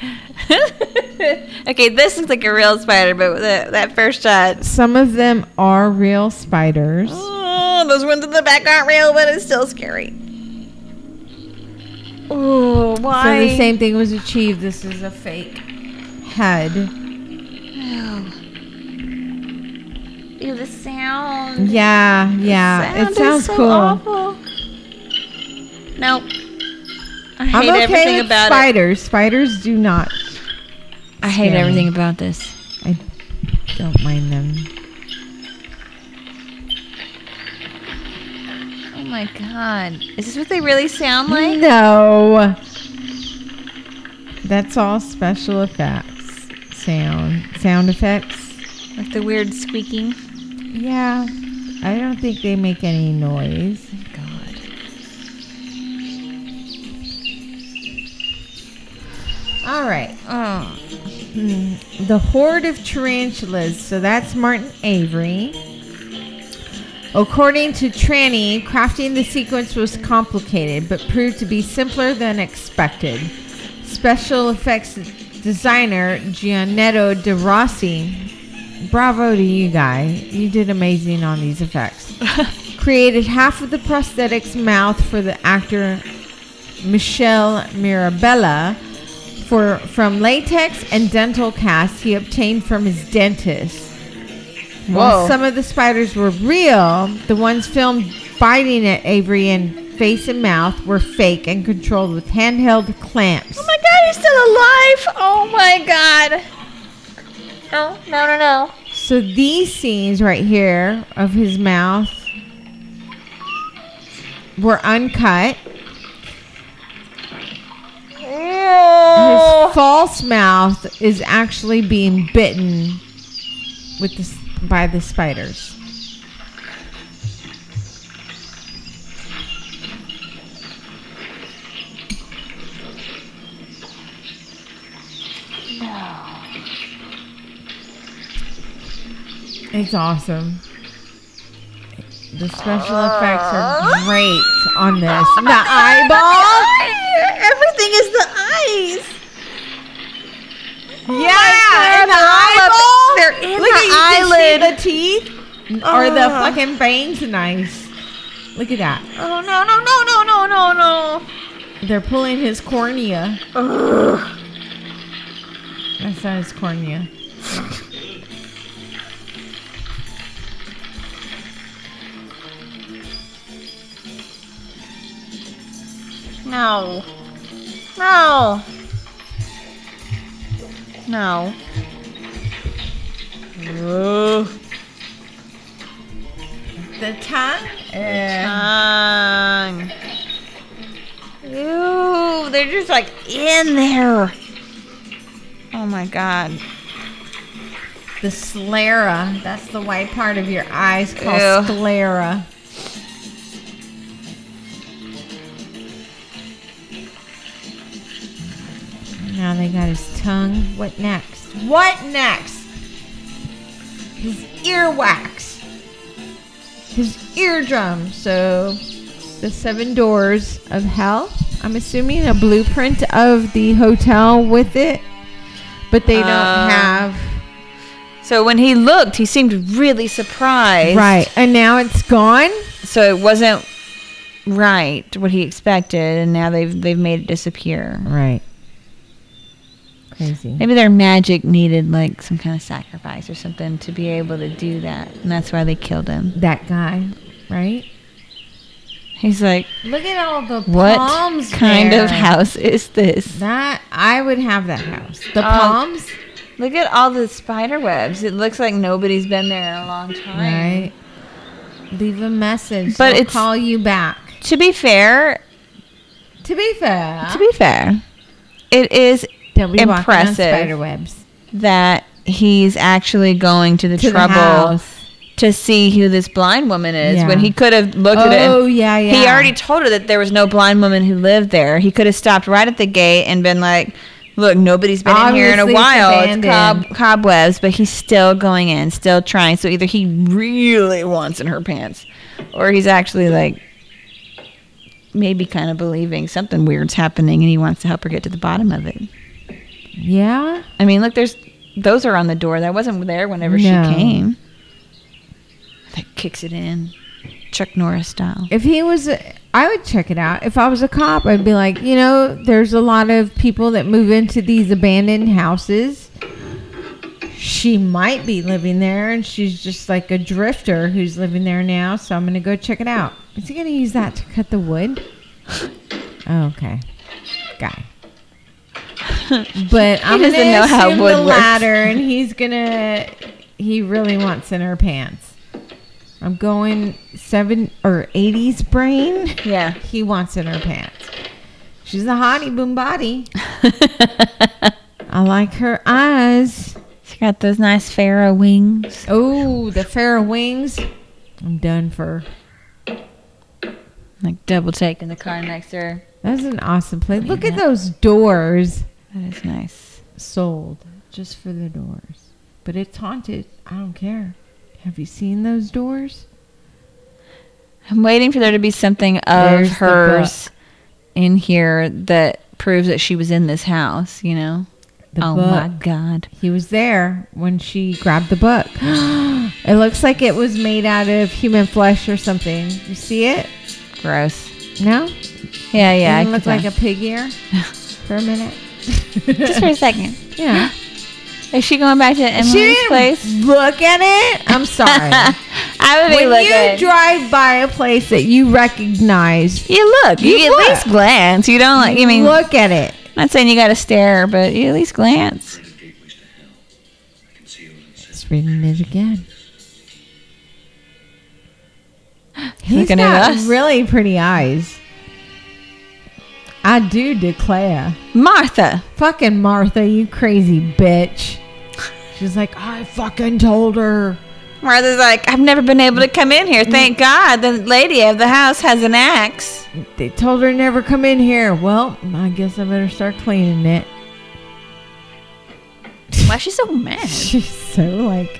B: (laughs) okay, this looks like a real spider, but the, that first shot.
A: Some of them are real spiders.
B: Oh, those ones in the back aren't real, but it's still scary. Oh, why?
A: So the same thing was achieved. This is a fake head.
B: Ew, the sound.
A: Yeah, yeah.
B: Sound
A: it
B: is
A: sounds
B: so
A: cool.
B: Awful. Nope. I hate
A: I'm okay
B: everything
A: with
B: about it.
A: spiders. Spiders do not.
B: I hate
A: Scary.
B: everything about this.
A: I don't mind them.
B: Oh my god. Is this what they really
A: Hmm.
B: sound like?
A: No. That's all special effects. Sound sound effects.
B: Like the weird squeaking.
A: Yeah. I don't think they make any noise.
B: God.
A: All right. uh, hmm,
B: Oh.
A: The Horde of Tarantulas. So that's Martin Avery. According to Tranny, crafting the sequence was complicated, but proved to be simpler than expected. Special effects designer Gianetto De Rossi. Bravo to you, guy. You did amazing on these effects. Created half of the prosthetic's mouth for the actor Michelle Mirabella for from latex and dental casts he obtained from his dentist. While
B: Whoa.
A: some of the spiders were real, the ones filmed biting at Avery in face and mouth were fake and controlled with handheld clamps.
B: Oh my god, he's still alive! Oh my god. No, Oh, no, no, no.
A: So these scenes right here of his mouth were uncut.
B: Oh.
A: His false mouth is actually being bitten with the, s- by the spiders. It's awesome. The special effects are great on this. The eyeball.
B: Everything is the eyes.
A: yeah,
B: God,
A: and the
B: they're all
A: eyeball.
B: up- they're in
A: Look
B: the
A: at you can
B: eyelid.
A: see the teeth or the
B: Ah.
A: fucking veins. Nice. Look at that.
B: Oh no, no, no, no, no, no, no.
A: They're pulling his cornea. That's not his cornea.
B: No. No. No.
A: The tongue.
B: Tongue. Ew, they're just like in there. Oh my god.
A: the sclera. That's the white part of your eyes called
B: Ew.
A: sclera. Now they got his tongue. What next? What next? His earwax. His eardrum. So, the seven doors of hell. I'm assuming a blueprint of the hotel with it, but they don't
B: Uh,
A: have
B: So when he looked, he seemed really surprised.
A: Right. And now it's gone?
B: So it wasn't right what he expected, and now they've they've made it disappear.
A: Right. Crazy.
B: Maybe their magic needed like some kind of sacrifice or something to be able to do that, and that's why they killed him.
A: That guy, right?
B: He's like,
A: Look at all the
B: "What
A: palms.
B: kind
A: there.
B: of house is this?
A: That I would have that house. The
B: Uh,
A: palms,
B: Look at all the spider webs. It looks like nobody's been there in a long time."
A: right? Leave a message.
B: But
A: But
B: it's-
A: call you back.
B: To be fair,
A: To be fair,
B: to be fair, it is
A: don't be
B: impressive.
A: walking on spider webs
B: that he's actually going to the
A: to the
B: trouble
A: house.
B: to see who this blind woman is
A: Yeah.
B: when he could have looked at it. and-
A: Oh yeah, yeah.
B: He already told her that there was no blind woman who lived there. He could have stopped right at the gate and been like, "Look, nobody's been in here
A: Obviously,
B: in a
A: it's
B: while. It's
A: abandoned."
B: cob- cobwebs." But he's still going in, still trying. So either he really wants in her pants, or he's actually like maybe kind of believing something weird's happening and he wants to help her get to the bottom of it.
A: yeah.
B: I mean, look, there's those are on the door. That wasn't there whenever
A: No.
B: she came. That kicks it in, Chuck Norris style. (laughs)
A: If he was, a- I would check it out. If I was a cop, I'd be like, you know, there's a lot of people that move into these abandoned houses. She might be living there, and she's just like a drifter who's living there now. So I'm gonna go check it out. Is he gonna use that to cut the wood? (laughs) Oh, okay, guy.
B: (laughs)
A: But I'm gonna
B: doesn't know how
A: assume
B: wood
A: the
B: works. (laughs)
A: ladder, and he's gonna. He really wants in her pants. I'm going seven or 80s brain.
B: Yeah.
A: He wants in her pants. She's a hottie boom body. I like her eyes.
B: She got those nice pharaoh wings.
A: Oh, the fair wings. I'm done for.
B: Like double taking the car next to her.
A: That's an awesome place. Look at those doors.
B: That is nice.
A: Sold just for the doors. But it's haunted. I don't care. Have you seen those doors?
B: I'm waiting for there to be something of
A: There's the
B: hers in here that proves that she was in this house, you know?
A: The
B: oh
A: book.
B: my god.
A: He was there when she grabbed the book. (gasps) it looks like it was made out of human flesh or something. You see it?
B: Gross.
A: No?
B: Yeah, yeah. I
A: Didn't look
B: could
A: like
B: tell.
A: a pig ear for a minute.
B: Just for a second. (laughs)
A: yeah.
B: Is she going back to Emily's
A: (laughs)
B: place?
A: look at it. I'm sorry.
B: (laughs) I would be
A: when you
B: looking. You,
A: drive by a place that you recognize,
B: look. You,
A: You
B: at
A: look.
B: least glance. You don't like. I mean,
A: look at it.
B: not saying you got to stare, but you at least glance.
D: gateways to hell. I can see all that's
A: It's reading it (gasps) again. He's
B: Looking at
A: got
B: us.
A: really pretty eyes. I do declare.
B: Martha.
A: Fucking Martha, you crazy bitch. She's like, I fucking told her.
B: Martha's like, I've never been able to come in here. Thank God the lady of the house has an axe.
A: They told her never come in here. Well, I guess I better start cleaning it. (laughs)
B: Why is she so mad?
A: She's so like,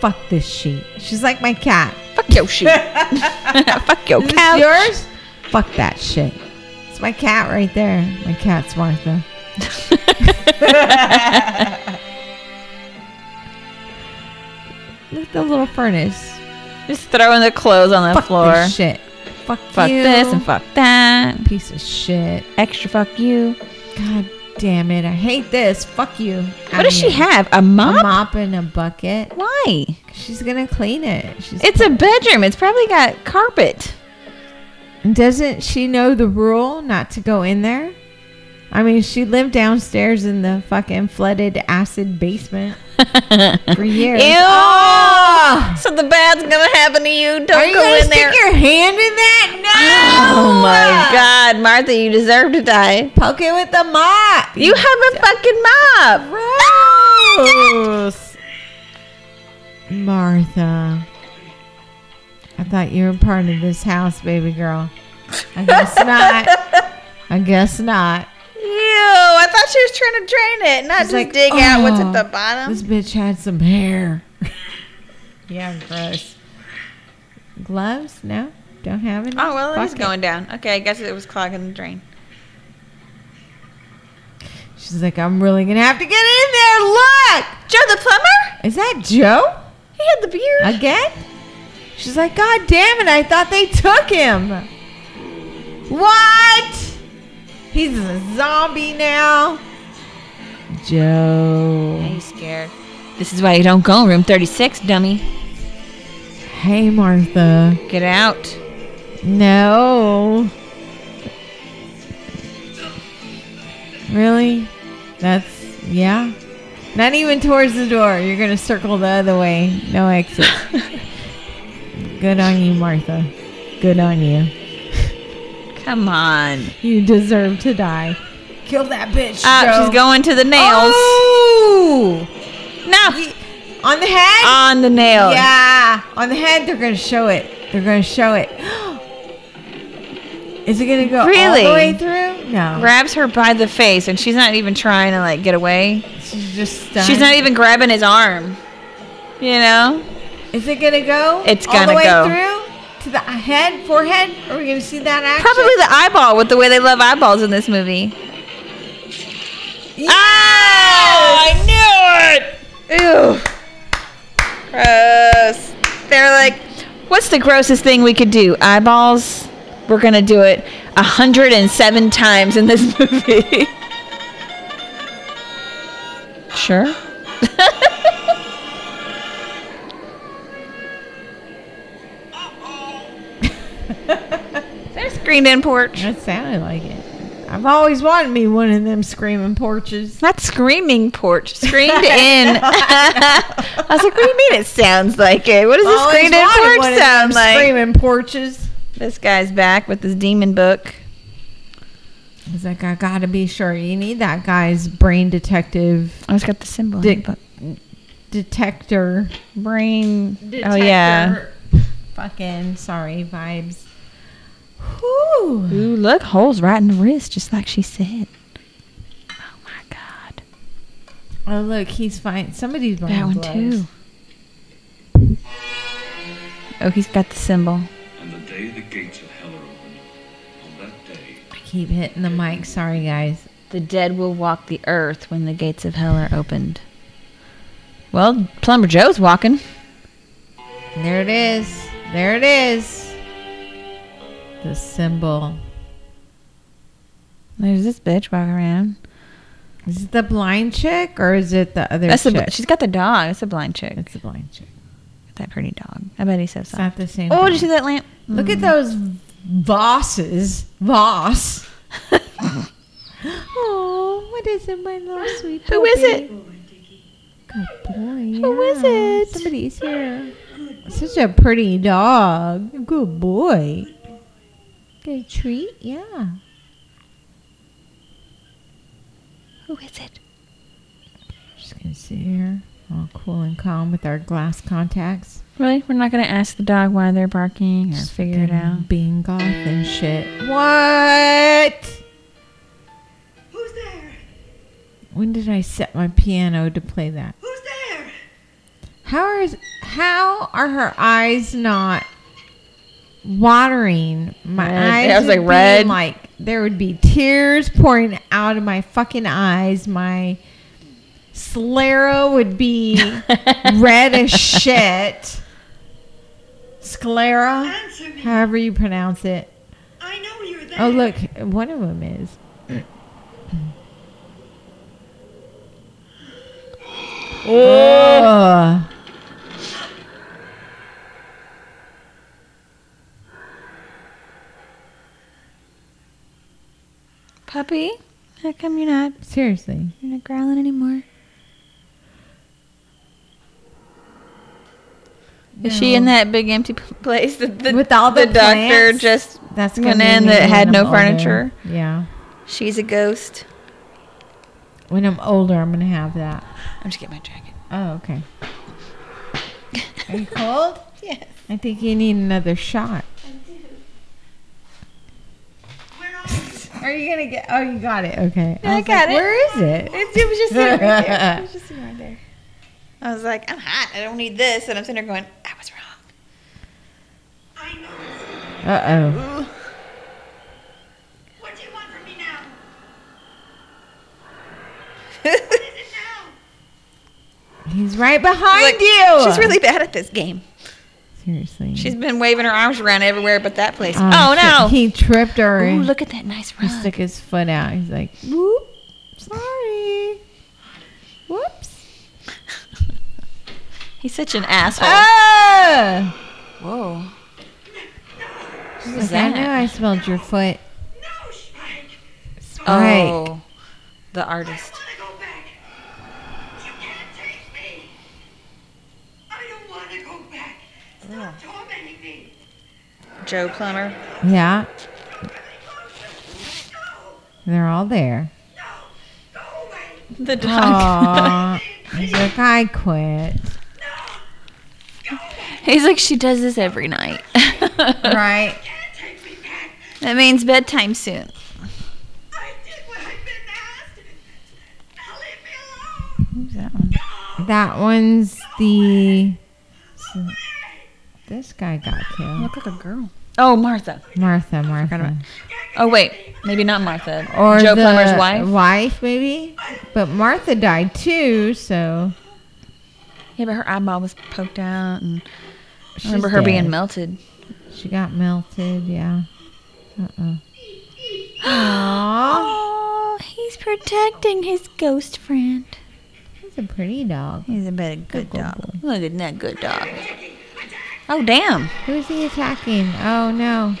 A: fuck this sheet. She's like my cat.
B: Fuck your (laughs) shit. Fuck your
A: Is this
B: couch. (laughs)
A: yours? Fuck that shit. It's my cat right there. My cat's Martha. Look at the little furnace.
B: Just throwing the clothes on the
A: Fuck
B: floor.
A: this shit. Fuck,
B: fuck
A: you.
B: this and fuck that.
A: Piece of shit.
B: Extra fuck you.
A: God damn it. I hate this. Fuck you.
B: What does she have? A mop?
A: A mop and a bucket.
B: Why?
A: She's going to clean it. She's
B: It's a bedroom. It's probably got carpet.
A: Doesn't she know the rule not to go in there? I mean, she lived downstairs in the fucking flooded acid
B: (laughs)
A: basement for years.
B: Ew! Ah.
A: Oh!
B: So the bad's gonna happen to you. Don't
A: Are you
B: go
A: gonna
B: in
A: stick
B: there.
A: your hand in that? No!
B: oh my God, Martha, you deserve to die.
A: Poke it with the mop.
B: You have a fucking mop.
A: Gross. Martha. I thought you were part of this house, baby girl. I guess not.
B: (laughs)
A: I guess not.
B: Ew! I thought she was trying to drain it, not
A: It's
B: just dig out what's at
A: "Oh,
B: the bottom.
A: This bitch had some hair.
B: (laughs)
A: yeah, gross. Gloves? No, don't have any.
B: Oh well, it's
A: Fuck it.
B: going down. Okay, I guess it was clogging the drain.
A: She's like, I'm really gonna have to get in there. Look,
B: Joe the plumber?
A: is that Joe
B: He had the beard.
A: again? She's like, God damn it! I thought they took him. What? He's a zombie now. Joe.
B: He's scared. This is why you don't go in room 36, dummy.
A: Hey, Martha.
B: Get out.
A: No. Really? That's yeah. Not even towards the door. You're gonna circle the other way. No (laughs) exit. Good on you, Martha. Good on you.
B: Come on.
A: You deserve to die. Kill that bitch.
B: Ah,
A: Joe.
B: she's going to the nails.
A: Oh!
B: No.
A: On the head.
B: Ah. On the nails.
A: yeah. on the head. They're gonna show it. They're gonna show it. (gasps) Is it gonna go all
B: Really?
A: the way through? No,
B: Grabs her by the face, and she's not even trying to like get away.
A: she's just stunned.
B: She's not even grabbing his arm. You know?
A: Is it gonna go?
B: It's
A: all the
B: gonna
A: way
B: go.
A: through to the head, forehead. Are we gonna see that action?
B: Probably the eyeball with the way they love eyeballs in this movie. Ah! I knew it! Oh! Ew. Gross. They're like, what's the grossest thing we could do? Eyeballs? We're gonna do it 107 times in this (laughs) movie. sure. (laughs) They're screened in porch.
A: That sounded like it. I've always wanted me one of them screaming porches.
B: Not screaming porch, screamed (laughs) in. I was like, what do you mean it sounds like it? What does a
A: Always
B: screamed in
A: wanted
B: porch
A: one of them
B: sound like?
A: Screaming porches.
B: This guy's back with his demon book.
A: I was like, I gotta be sure. You need that guy's brain detective
B: Oh, it's got the symbol in
A: Dick-
B: the book.
A: detector.
B: Brain.
A: detector
B: Oh, yeah.
A: Fucking sorry vibes. Whew.
B: Ooh, look, holes right in the wrist, just like she said. Oh, my God.
A: Oh look, he's fine. Somebody's wearing
B: That one,
A: gloves.
B: too. Oh, he's got the symbol.
D: And the day the gates of hell are opened, on that day,
A: I keep hitting the mic. Sorry guys.
B: The dead will walk the earth when the gates of hell are opened. Well, Plumber Joe's walking.
A: There it is. There it is. The symbol.
B: There's this bitch walking around.
A: Is it the blind chick or is it the other
B: That's the
A: chick?
B: bl- she's got the dog. It's a blind chick.
A: it's the blind chick.
B: that pretty dog. I bet he's so
A: It's
B: soft.
A: not the same. Mm.
B: Oh,
A: one.
B: did you see that lamp?
A: Look at those bosses. Voss. oh, what is it, my little sweet
B: Who is
A: puppy?
B: it?
C: Boy, Dickie.
A: Good boy.
B: Who is
A: yeah.
B: it?
A: Somebody's here. Such a pretty dog. Good boy. Get a treat? Yeah.
B: (laughs) Who is it?
A: Just gonna sit here, all cool and calm with our glass contacts.
B: Really? We're not gonna ask the dog why they're barking or figure it
A: fucking
B: out.
A: Being goth and shit. What?
C: Who's there?
A: When did I set my piano to play that?
C: Who's there?
A: How is how are her eyes not watering? My
B: Red.
A: eyes
B: I was
A: would be
B: like, red.
A: Like there would be tears pouring out of my fucking eyes. My sclera would be
B: (laughs)
A: red as shit. Sclera,
C: Answer me.
A: however you pronounce it.
C: I know you're there.
A: Oh look, one of them is. Oh.
B: Puppy, how come you're not
A: Seriously.
B: you're not growling anymore? Is she in that big empty p- place that the,
A: With all the
B: doctor
A: plants?
B: just
A: That's
B: went
A: gonna
B: in
A: be me
B: that had
A: when
B: no
A: I'm older.
B: furniture?
A: Yeah.
B: She's a ghost.
A: When I'm older, I'm gonna have that.
B: I'm just getting my jacket.
A: Oh, okay. Are you cold?
B: Yes.
A: I think you need another shot.
C: Where are you?
A: Are you gonna get? Oh, you got it. Okay.
B: I
A: was
B: got
A: like,
B: it.
A: Where is it?
B: It's, it was just sitting right there. It was just sitting right there. I was like, I'm hot. I don't need this. And I'm sitting there going, I was wrong.
C: I know.
A: Uh oh.
C: What do you want from me
A: (laughs)
C: now? What is it now?
A: He's right
B: I
A: behind
B: like,
A: you.
B: She's really bad at this game.
A: seriously.
B: She's been waving her arms around everywhere but that place.
A: shit.
B: oh,
A: He tripped her.
B: no. Ooh,
A: and
B: look at that nice
A: He
B: rug.
A: stuck his foot out. He's like, whoop. Sorry. Whoops.
B: (laughs) He's such an asshole.
A: Ah!
B: Whoa.
A: She's
B: was
A: like, I
B: that?
A: know I smelled your foot.
C: No, Shrike.
A: Right.
B: Oh. The artist.
C: I don't want to go back. You can't take me. I don't want to go back. Stop tormenting me.
B: Joe Plummer.
A: Yeah.
C: Come really close. No,
A: They're all there.
C: no, go away.
B: The dog.
A: Aww. He's like, I quit.
C: No, go away.
B: (laughs) He's like, she does this every night. (laughs)
A: right?
C: Can't take me back.
B: That means bedtime soon.
C: I did what I've been asked. Now leave me alone.
B: Who's that one?
C: Go
A: That one's the.
C: away.
A: This guy got killed.
B: Look like a girl. Oh, Martha.
A: Martha, Martha.
B: Oh, wait. Maybe not Martha.
A: Or
B: Joe
A: the
B: Plummer's wife.
A: Wife, maybe? But Martha died too, so.
B: Yeah, but her eyeball was poked out, and
A: she's
B: I remember her
A: dead.
B: being melted.
A: She got melted, yeah. Uh oh.
B: Oh, he's protecting his ghost friend.
A: He's a pretty dog.
B: He's a better good
A: Good
B: dog. Look at that good dog. Oh, damn.
A: Who's he attacking? Oh no.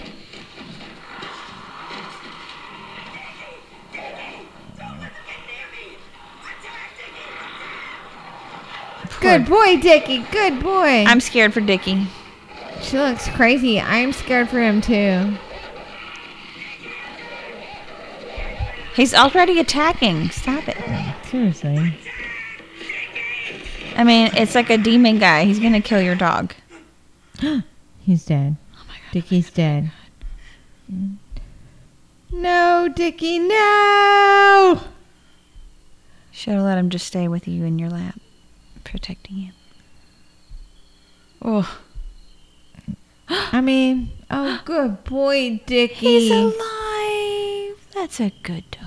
A: Good boy, Dickie. Good boy.
B: I'm scared for Dickie.
A: she looks crazy. I'm scared for him too.
B: He's already attacking. Stop it.
A: Seriously.
B: I mean, it's like a demon guy. He's going to kill your dog.
A: He's dead. Dickie's dead. No, Dickie, no!
B: Should have let him just stay with you in your lap, protecting you. Oh,
A: I mean, oh, good boy, Dickie.
B: he's alive. That's a good dog.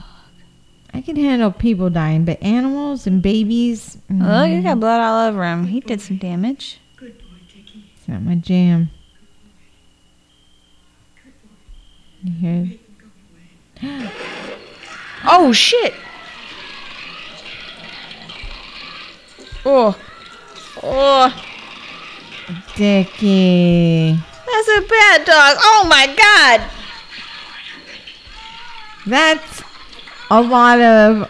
A: I can handle people dying, but animals and babies, mm,
B: Oh, Look, he got blood all over him. He did some damage.
E: Good boy, Dickie.
A: it's not my jam.
E: Good boy.
A: You hear?
E: Make him go away.
B: Oh shit! Oh, oh,
A: Dickie.
B: that's a bad dog. Oh my god!
A: That's a lot of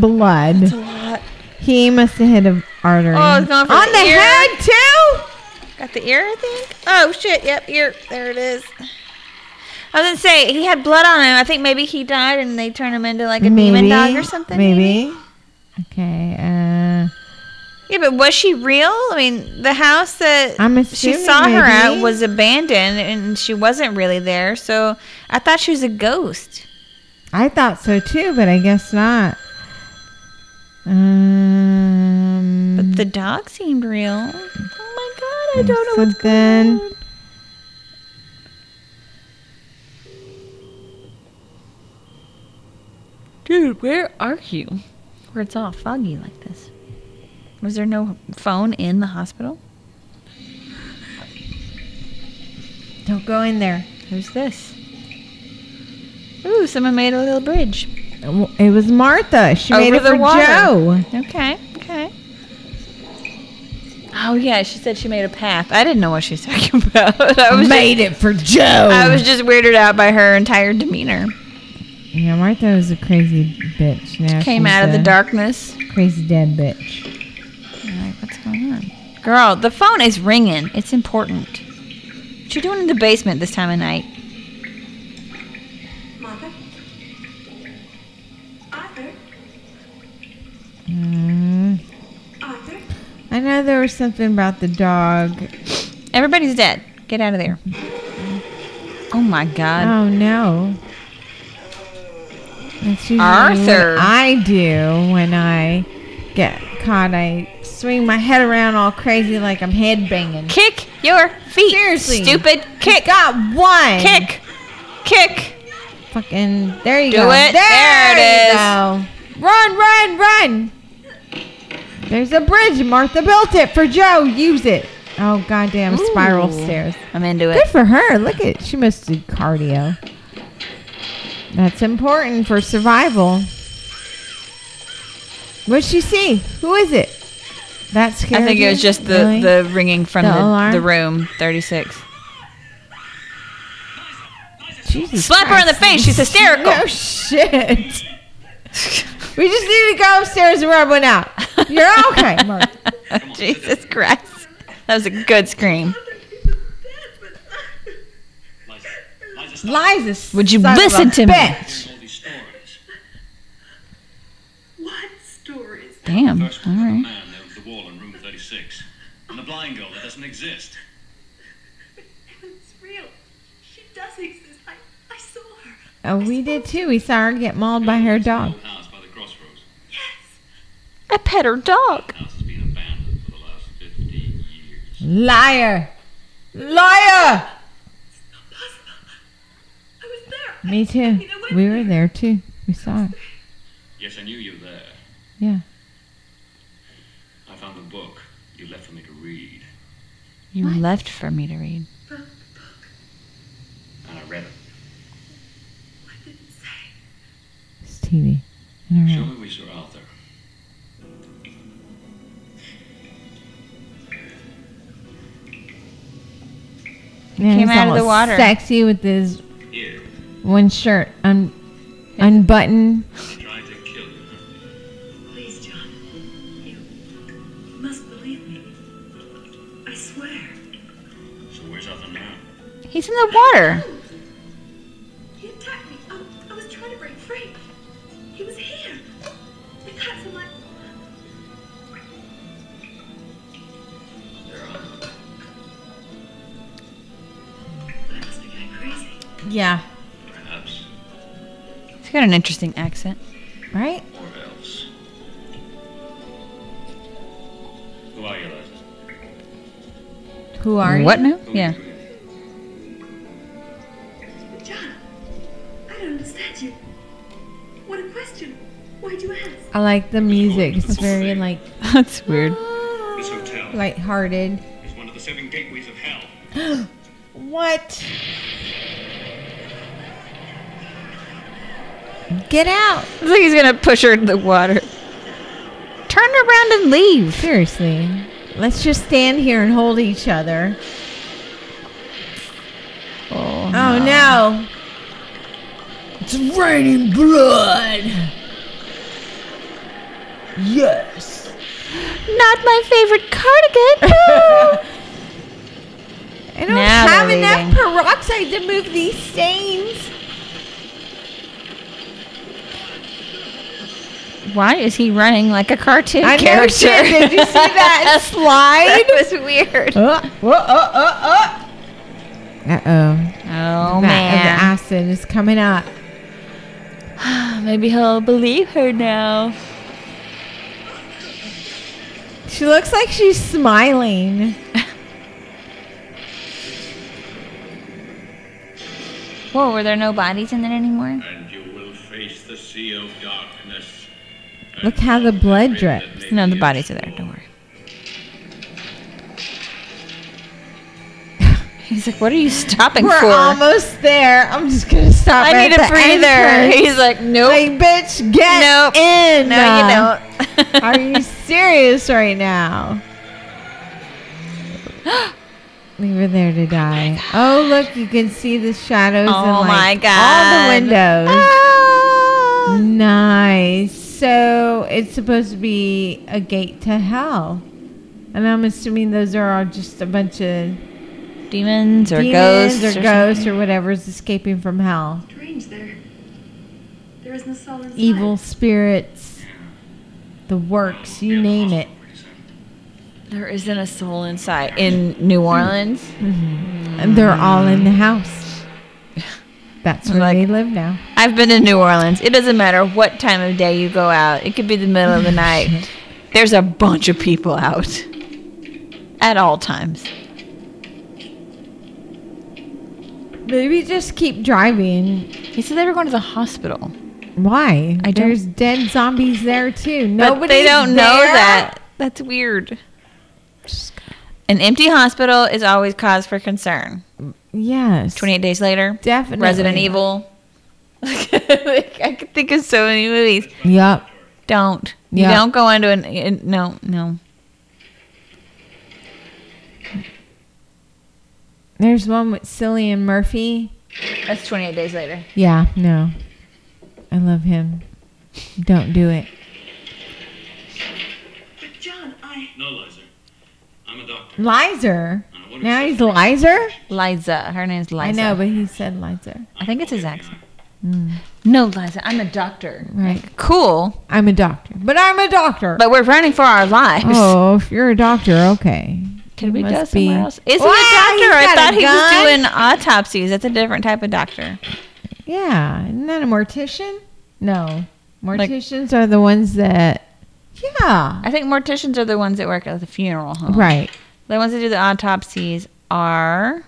A: blood.
B: That's a lot.
A: He must have hit an artery.
B: Oh, it's going for
A: On
B: the
A: the
B: ear.
A: head, too?
B: Got the ear, I think. Oh shit! Yep, ear. There it is. I was gonna say he had blood on him. I think maybe he died and they turned him into like a demon dog or something.
A: Maybe. Okay, uh,
B: Yeah, but was she real? I mean, the house that
A: I'm
B: she
A: assuming
B: saw her at
A: maybe.
B: was abandoned, and she wasn't really there. So I thought she was a ghost.
A: I thought so too, but I guess not. Um,
B: But the dog seemed real. Oh my god! I don't know. what's
A: something.
B: Dude, where are you? Where it's all foggy like this. Was there no phone in the hospital?
A: Don't go in there.
B: Who's this? Ooh, someone made a little bridge.
A: It was Martha. She made
B: Over
A: it
B: the
A: for
B: water.
A: Joe.
B: Okay, okay. Oh yeah, she said she made a path. I didn't know what she was (laughs) talking about. I was
A: made it for Joe.
B: Just, I was just weirded out by her entire demeanor.
A: yeah, Martha was a crazy bitch. Now
B: Came
A: she's
B: out of the
A: a
B: darkness.
A: Crazy dead bitch.
B: I'm like, what's going on, girl? The phone is ringing. It's important. What you doing in the basement this time of night?
E: Mother? Arthur?
A: Mm.
E: Arthur?
A: I know there was something about the dog.
B: Everybody's dead. Get out of there. Oh my god.
A: Oh no. That's usually
B: Arthur.
A: What I do when I get caught. I swing my head around all crazy like I'm head banging.
B: Kick your feet.
A: Seriously.
B: Stupid. Kick.
A: Got one.
B: Kick. Kick.
A: Fucking. There you
B: Do
A: go.
B: it. There it is.
A: You go. Run, run, run. There's a bridge. Martha built it for Joe. Use it. Oh goddamn spiral
B: Ooh.
A: stairs.
B: I'm into it.
A: Good for her. Look at she must do cardio. That's important for survival. What'd she see? Who is it? That's scary.
B: I think it was just the, the ringing from
A: The
B: the, the,
A: alarm?
B: room 36.
A: Jesus
B: Slap her in the face. She's hysterical.
A: No shit. We just need to go upstairs and rub one out. You're
B: (laughs)
A: okay, Mark.
B: Jesus Christ. That was a good scream.
E: (laughs)
A: Liza.
B: Would you
A: son of a
B: listen to me?
A: bitch.
D: All these stories.
E: What stories?
B: Damn. All
D: First one about a
B: right.
D: man over the wall in room 36. And a blind girl that doesn't exist.
E: real. She does exist. I, I saw her.
A: Oh, we did too. We saw her get mauled by her dog.
I: house by the crossroads.
E: Yes.
B: I pet her dog.
I: House has been abandoned for the last 15 years.
A: Liar! Liar!
E: Not possible. I was there.
A: Me too. We were there too. We saw it.
I: Yes, I knew you were there.
A: Yeah.
I: I found the book you left for me to read,
B: You left for me to read.
E: From the book.
I: and I read it.
E: What did it say?
A: It's TV. In her
I: Show
A: hand.
I: me where Sir Arthur.
A: Yeah,
B: Came
A: he's
B: out of the
A: all
B: water.
A: Sexy with his
I: Here,
A: one shirt un- unbuttoned.
I: he tried to kill you.
E: Please, John. You must believe me. I swear.
I: So where's Arthur now?
B: He's in the water.
E: He attacked me. I, I was trying to break free. He was here. The cuts in my.
I: There are.
E: I must be going crazy.
A: Yeah.
I: Perhaps.
B: He's got an interesting accent.
A: Right?
I: Or else. Who are you, Lazarus?
A: Who are you?
B: what now?
I: Who are
B: Yeah. (laughs)
I: you with?
E: John, I don't understand you. What a question. Why'd you ask?
A: I like the music. It's very like
B: That's weird.
I: This hotel
A: lighthearted.
I: is one of the seven gateways of hell.
A: What? Get out!
B: It's like he's gonna push her in the water. Turn around and leave.
A: Seriously. Let's just stand here and hold each other.
B: Oh,
A: Oh no. It's raining blood. Yes.
B: Not my favorite cardigan.
A: I don't
B: Now
A: have
B: they're
A: enough
B: leaving.
A: peroxide to move these stains.
B: (laughs) Why is he running like a cartoon
A: I know,
B: character?
A: shit, did you see that (laughs)
B: slide? (laughs) That was weird.
A: Uh, uh, uh, uh, uh. oh.
B: Oh
A: the
B: man.
A: acid is coming up.
B: Maybe he'll believe her now.
A: She looks like she's smiling.
B: Whoa, were there no bodies in there anymore?
D: And you will face the sea of darkness.
A: Look how the blood drips.
B: No, the bodies are there. Don't worry. (laughs) He's like, what are you stopping
A: We're
B: for?
A: almost there. I'm just gonna stop.
B: I
A: at
B: need a
A: the
B: breather. (laughs)
A: entrance.
B: He's like, nope.
A: Like, bitch, get
B: Nope.
A: in. Uh,
B: no, you
A: (laughs)
B: don't. (laughs)
A: Are you serious right
B: (gasps)
A: now? we were there to die. Oh, look, you can see the shadows
B: Oh
A: in
B: my
A: like all
B: God.
A: the windows.
B: Ah.
A: Nice. So it's supposed to be a gate to hell. And I'm assuming those are all just a bunch of
B: Demons or
A: demons
B: ghosts
A: or, ghosts
B: something.
A: or whatever's escaping from hell.
E: Strange there. There is no soul inside.
A: Evil spirits, the works, you name it.
B: There isn't a soul inside in New
A: Hmm.
B: Orleans.
A: And they're all in the house. That's where
B: Like-
A: they live now.
B: I've been in New Orleans. It doesn't matter what time of day you go out. It could be the middle of the night. (laughs) There's a bunch of people out at all times.
A: Maybe just keep driving.
B: He said they were going to the hospital.
A: Why?
B: I don't-
A: There's dead zombies there too. Nobody.
B: but they don't know that. That's weird. An empty hospital is always cause for concern.
A: Yes.
B: 28 days later,
A: Definitely.
B: Resident Evil. (laughs) Like, I could think of so many movies.
A: Yep.
B: Don't.
A: Yeah.
B: You don't go into an. In, no, no.
A: There's one with Cillian Murphy.
B: That's 28 days later.
A: Yeah, no. I love him. Don't do it.
E: But John, I.
I: No, Lizer. I'm a doctor. and
A: Lizer.
I: I wouldn't
A: Now
I: accept
A: he's Lizer?
B: Liza. Her name's Liza.
A: I know, but he said Lizer.
B: I think it's his accent. No, Liza. I'm a doctor.
A: Right.
B: Cool.
A: I'm a doctor. But I'm a doctor.
B: But we're running for our lives.
A: oh, if you're a doctor, okay.
B: Could we go
A: must
B: somewhere
A: be-
B: else? Is he a doctor?
A: Wow, he's got
B: I
A: a
B: thought he
A: gun.
B: was doing autopsies. That's a different type of doctor.
A: Yeah, isn't that a mortician? No, morticians are the ones that. Yeah,
B: I think morticians are the ones that work at the funeral home.
A: right.
B: The ones that do the autopsies are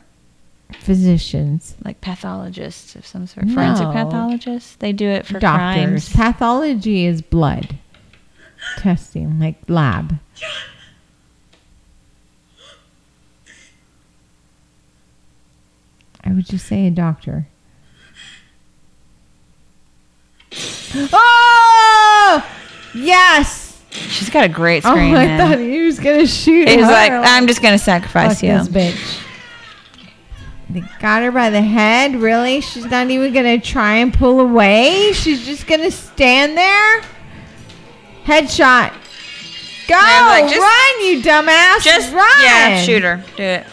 A: Physicians,
B: like pathologists of some sort. Forensic
A: No.
B: pathologists. They do it for
A: doctors.
B: crimes.
A: Pathology is blood testing, like lab. I would just say a doctor. (gasps) Oh, yes.
B: She's got a great scream.
A: oh, I
B: man.
A: thought he was gonna shoot.
B: He's
A: her.
B: like, I'm just gonna sacrifice
A: Fuck
B: you.
A: this bitch. They got her by the head. Really? She's not even gonna try and pull away. She's just gonna stand there. Headshot. Go!
B: Yeah, I'm like, just-
A: run, you dumbass!
B: Just
A: run.
B: yeah, shoot her. Do it.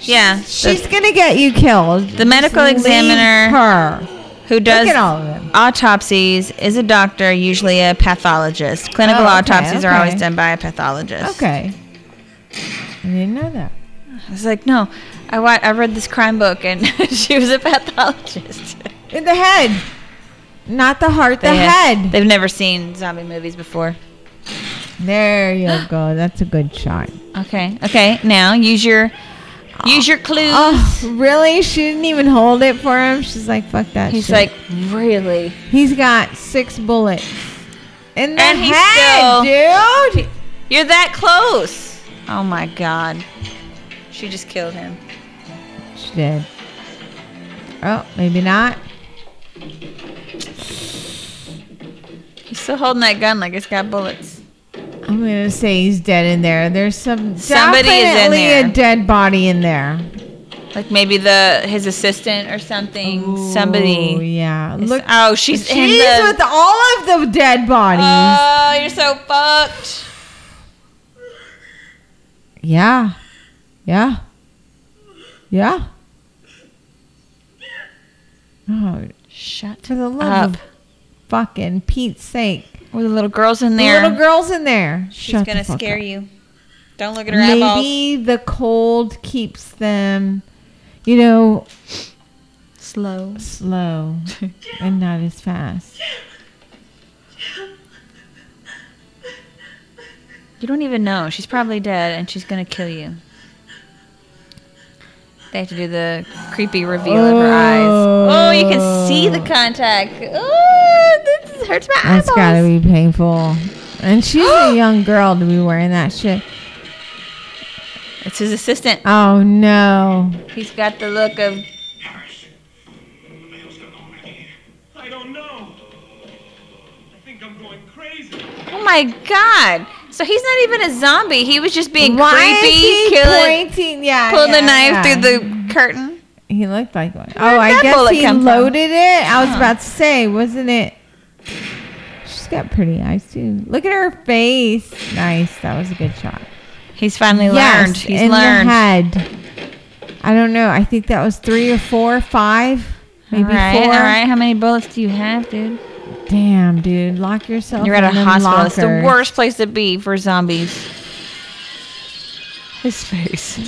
B: Yeah,
A: She's gonna get you killed.
B: the medical
A: Just leave
B: examiner
A: Her.
B: who does
A: Look at all of them.
B: autopsies is a doctor, usually a pathologist. Clinical
A: Oh, okay,
B: autopsies are
A: okay.
B: always done by a pathologist.
A: Okay. I didn't know that.
B: I was like, no, I wa- I read this crime book and (laughs) she was a pathologist. (laughs)
A: In the head. Not the heart. The
B: They had-
A: head.
B: They've never seen zombie movies before.
A: There you go. That's a good shot.
B: Okay, okay. Now use your use your clues.
A: Oh, really? She didn't even hold it for him. She's like, "Fuck that."
B: He's
A: shit.
B: like, really?
A: he's got six bullets in the
B: And he's
A: head, dude.
B: You're that close. Oh my god. She just killed him.
A: She did. Oh, maybe not.
B: He's still holding that gun like it's got bullets.
A: I'm gonna say he's dead in there. There's some
B: Somebody is in
A: definitely
B: there.
A: a dead body in there.
B: Like maybe the his assistant or something.
A: Ooh,
B: Somebody.
A: yeah.
B: is-
A: Look,
B: oh, she's, in
A: she's
B: the.
A: with all of the dead bodies.
B: oh, you're so fucked.
A: yeah, yeah, yeah. Oh,
B: Shut
A: For the love
B: up.
A: of fucking Pete's sake.
B: With the little girls in
A: The
B: there.
A: little girl's in there.
B: She's
A: Shut the
B: gonna
A: fuck
B: scare
A: up.
B: you. Don't look at her eyeballs.
A: Maybe the cold keeps them, you know,
B: Slow. (laughs)
A: slow and not as fast.
B: You don't even know. She's probably dead and she's gonna kill you. They have to do the creepy reveal of her eyes. Oh, you can see the contact. Oh, this hurts my eyeballs.
A: That's gotta be painful. And she's
B: (gasps)
A: a young girl to be wearing that shit.
B: It's his assistant.
A: Oh no.
B: He's got the look of
D: Harris, what the hell's going on in here? I don't know. I think I'm going crazy.
B: oh my god. So he's not even a zombie. He was just being
A: Why
B: creepy,
A: is he
B: killing,
A: pointing? Yeah.
B: pulled the
A: yeah,
B: knife
A: yeah.
B: through the curtain.
A: He looked like one. Uh-huh.
B: Where'd
A: Oh, I
B: that
A: guess
B: bullet
A: he
B: come from?
A: loaded it. I was about to say, wasn't it? She's got pretty eyes too. Look at her face. Nice. That was a good shot.
B: He's finally learned. He's
A: in
B: learned.
A: the head. I don't know. I think that was three or four, five, maybe
B: all right,
A: four.
B: all right. How many bullets do you have, dude?
A: Damn, dude, lock yourself.
B: You're at a
A: in them
B: hospital. It's the
A: lockers.
B: worst place to be for zombies. His face.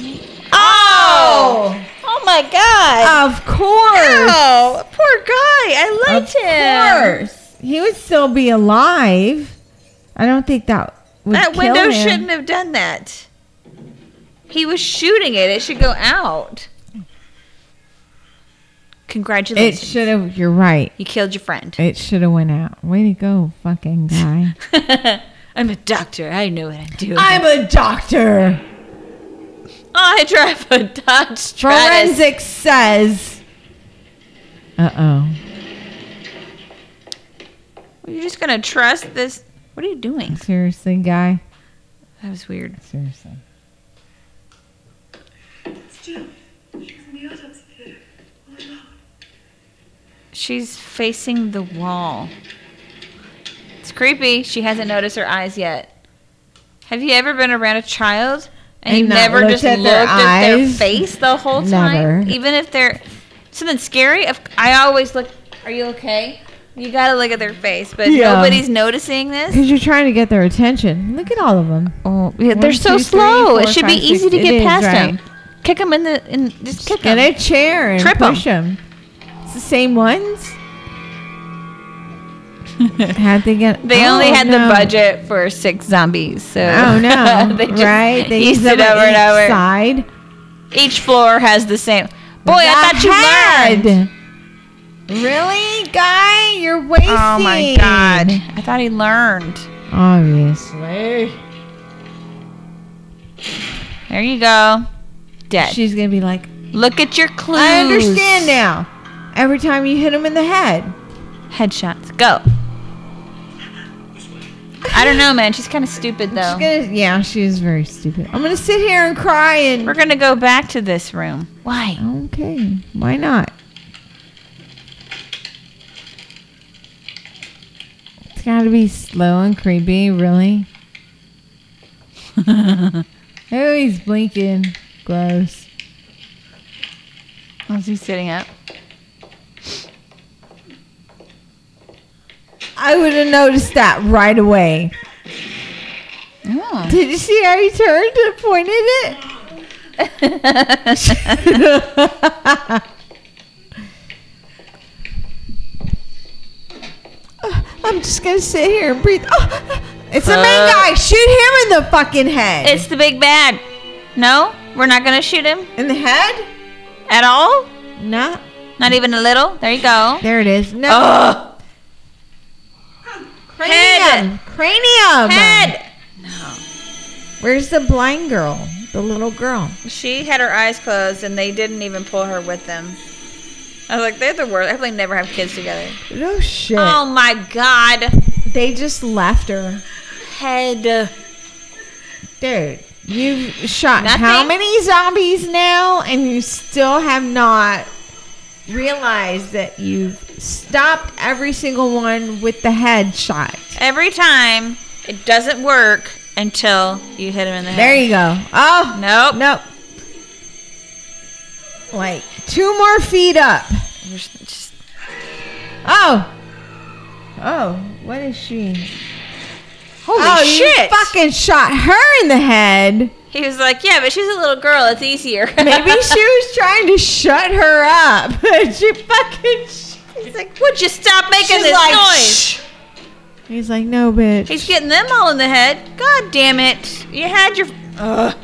B: Oh! Oh my god!
A: Of course.
B: Oh, poor guy. I liked
A: Of
B: him.
A: course. He would still be alive. I don't think that would
B: That
A: kill
B: window
A: him.
B: shouldn't have done that. He was shooting it. It should go out.
A: It
B: Congratulations.
A: should have. You're right.
B: you killed your friend.
A: It should have went out. Way to go, fucking guy.
B: (laughs) I'm a doctor. I know what (laughs) I'm doing.
A: I'm a doctor.
B: I drive a Dodge Stratus.
A: Forensic says. Uh oh.
B: You're just gonna trust this? What are you doing?
A: Seriously, guy.
B: That was weird.
A: Seriously.
E: It's Jill. She's in the autopsy theater. All alone.
B: She's facing the wall. It's creepy. She hasn't noticed her eyes yet. Have you ever been around a child and,
A: And
B: you've
A: not
B: never
A: looked
B: just
A: at
B: looked
A: their
B: at their
A: eyes?
B: face the whole time?
A: Never.
B: Even if they're something scary? If- I always look, are you okay? You gotta look at their face, but
A: Yeah.
B: nobody's noticing this.
A: (laughs) Because you're trying to get their attention. Look at all of them.
B: Oh, yeah,
A: One,
B: they're so
A: two, three,
B: slow.
A: four,
B: it should
A: five,
B: be
A: six.
B: easy to
A: It
B: get
A: is,
B: past
A: right.
B: them. Kick them in the in just kick
A: Get
B: them.
A: a chair and
B: Trip 'em.
A: push them. It's the same ones.
B: (laughs)
A: Had they get?
B: They
A: oh,
B: only had
A: no.
B: the budget for six zombies, so
A: Oh no!
B: (laughs) they just
A: right? They
B: eased it
A: them on
B: over and
A: each
B: over.
A: Side.
B: Each floor has the same. Boy, I
A: The
B: thought you
A: head.
B: learned.
A: Really, guy? You're wasting.
B: Oh my god! I thought he learned.
A: Obviously,
B: There you go. Dead.
A: she's gonna be like,
B: Look at your clues.
A: I understand now. Every time you hit him in the head.
B: Headshots. Go. I don't know, man. She's kind of stupid though.
A: She's gonna, yeah, she is very stupid. I'm gonna sit here and cry and.
B: We're gonna go back to this room.
A: (laughs)
B: Why?
A: Okay, why not? It's gotta be slow and creepy, really. oh, he's blinking. Gross.
B: Was he sitting up?
A: I would have noticed that right away. (laughs)
B: Oh. (laughs)
A: Did you see how he turned and pointed (laughs) it? Uh, I'm just gonna sit here and breathe. Oh, it's the main guy. Shoot him in the fucking head.
B: Uh. it's the big bad. No, we're not gonna shoot him
A: in the head.
B: at all.
A: No,
B: Not even a little. There you go.
A: there it is. No
B: Oh,
A: cranium.
B: head.
A: Cranium.
B: head.
A: Where's the blind girl? The little girl.
B: She had her eyes closed, and they didn't even pull her with them. I was like, they're the worst. I hope they never have kids together.
A: No shit.
B: Oh my god,
A: They just left her.
B: head.
A: Dude, you've shot
B: Nothing?
A: how many zombies now, and you still have not realized that you've stopped every single one with the head shot.
B: Every time it doesn't work until you hit him in the head.
A: There you go. Oh,
B: Nope.
A: nope. Like two more feet up.
B: Just-
A: Oh. Oh, what is she?
B: holy
A: oh, you
B: shit!
A: fucking shot her in the head.
B: He was like, "Yeah, but she's a little girl. It's easier." (laughs)
A: Maybe she was trying to shut her up. (laughs) she fucking. She's like,
B: Would you stop making
A: She's
B: this
A: like,
B: noise?
A: "Shh." He's like, no, bitch.
B: He's getting them all in the head. God damn it! You had your Ugh.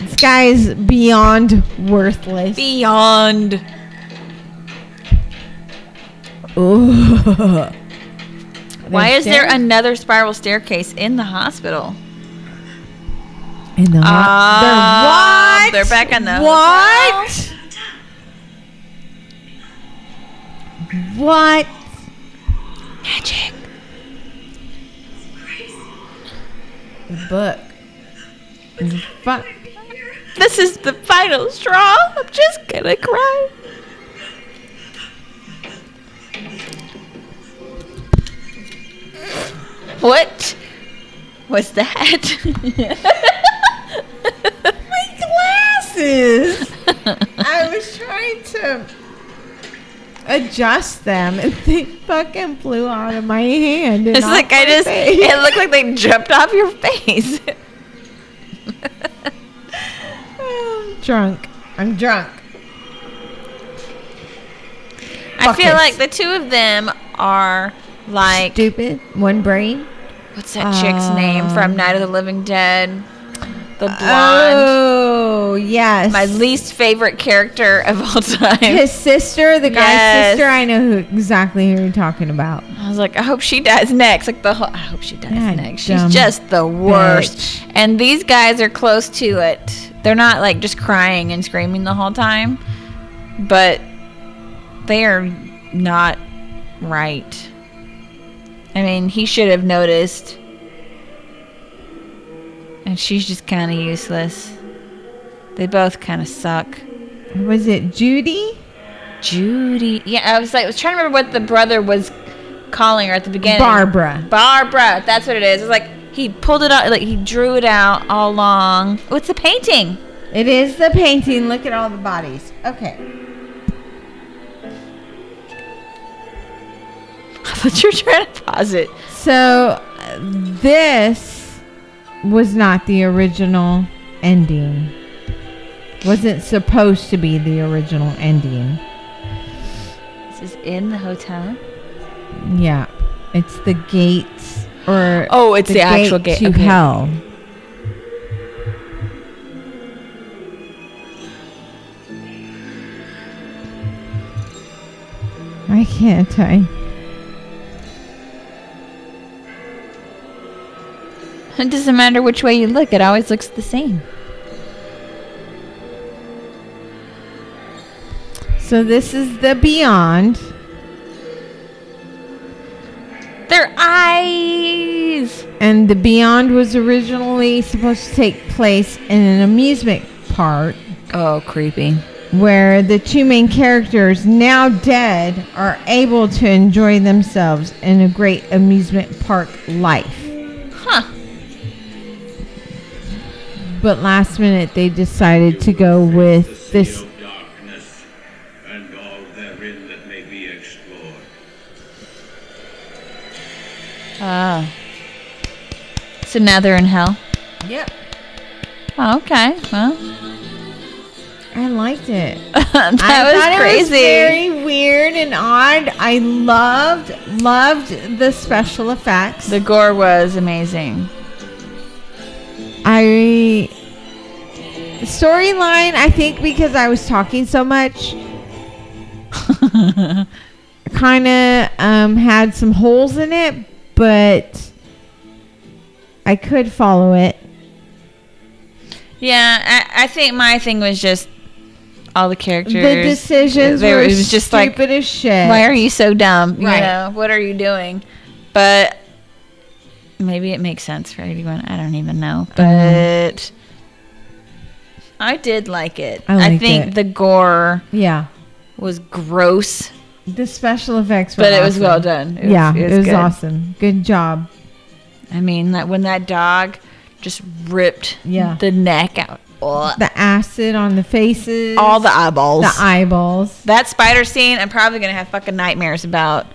A: this guy's beyond worthless.
B: beyond.
A: Ooh.
B: Why is there
A: There's
B: another spiral staircase in the hospital?
A: And they're,
B: Ah,
A: they're what?
B: they're back in the
A: What? What?
B: Magic.
A: The book. The fuck.
B: This is the final straw. I'm just gonna cry. What was
A: (laughs)
B: that? (laughs) My
A: glasses. (laughs) I was trying to adjust them and they fucking flew out of my hand. and
B: It's
A: off
B: like I
A: my
B: just.
A: face.
B: It looked like they jumped off your face.
A: I'm drunk. I'm drunk.
B: (laughs) I feel
A: Buckets.
B: like the two of them are like
A: Stupid. Uh, One brain.
B: what's that chick's name from Night of the Living Dead? The blonde.
A: Oh yes.
B: my least favorite character of all (laughs) time.
A: his sister, the guy's
B: Yes.
A: sister. I know who exactly who you're talking about.
B: I was like, I hope she dies next. Like the whole, I hope she dies
A: Yeah,
B: next. She's
A: dumb
B: just the worst.
A: bitch.
B: And these guys are close to it. They're not like just crying and screaming the whole time, but they are not right. I mean, he should have noticed. And she's just kind of useless. They both kind of suck.
A: Was it Judy?
B: Judy. Yeah, I was like, I was trying to remember what the brother was calling her at the beginning.
A: Barbara.
B: Barbara. That's what it is. It's like he pulled it out, like he drew it out all along. Oh, it's a painting. (laughs)
A: It is the painting. Look at all the bodies. Okay.
B: I what you're trying to posit.
A: So uh, this was not the original ending. Wasn't supposed to be the original ending.
B: This is in the hotel. (laughs)
A: Yeah. It's the gates or
B: Oh, it's the actual gate,
A: to
B: okay.
A: hell. Why can't I?
B: It doesn't matter which way you look; it always looks the same.
A: So this is the beyond.
B: Their eyes.
A: And the Beyond was originally supposed to take place in an amusement park
B: Oh, creepy.
A: where the two main characters, now dead, are able to enjoy themselves in a great amusement park life.
B: Huh.
A: But last minute, they decided to go with this.
D: darkness and all therein that may be explored.
B: Ah. So now they're in hell.
A: Yep.
B: Oh, okay. Well, (laughs)
A: I liked it.
B: that
A: I
B: was
A: thought
B: crazy.
A: It was very weird and odd. I loved, loved the special effects.
B: the gore was amazing.
A: I storyline. I think because I was talking so
B: (laughs)
A: much, kind of um, had some holes in it, but I could follow it.
B: Yeah, I, I think my thing was just all the characters.
A: The decisions
B: They
A: were
B: were- it was just like,
A: stupid as shit.
B: Why are you so dumb?
A: Right.
B: You know, what are you doing? But maybe it makes sense for everyone. I don't even know.
A: Mm-hmm.
B: But I did like it.
A: I liked
B: think
A: it.
B: the gore
A: yeah,
B: was gross,
A: the special effects. Were
B: but it was
A: awesome.
B: well done. It was-
A: yeah, it was,
B: good.
A: awesome. Good job.
B: I mean, that when that dog just ripped
A: Yeah.
B: the neck out, Ugh.
A: The acid on the faces,
B: all the eyeballs.
A: the eyeballs.
B: that spider scene, I'm probably gonna have fucking nightmares about.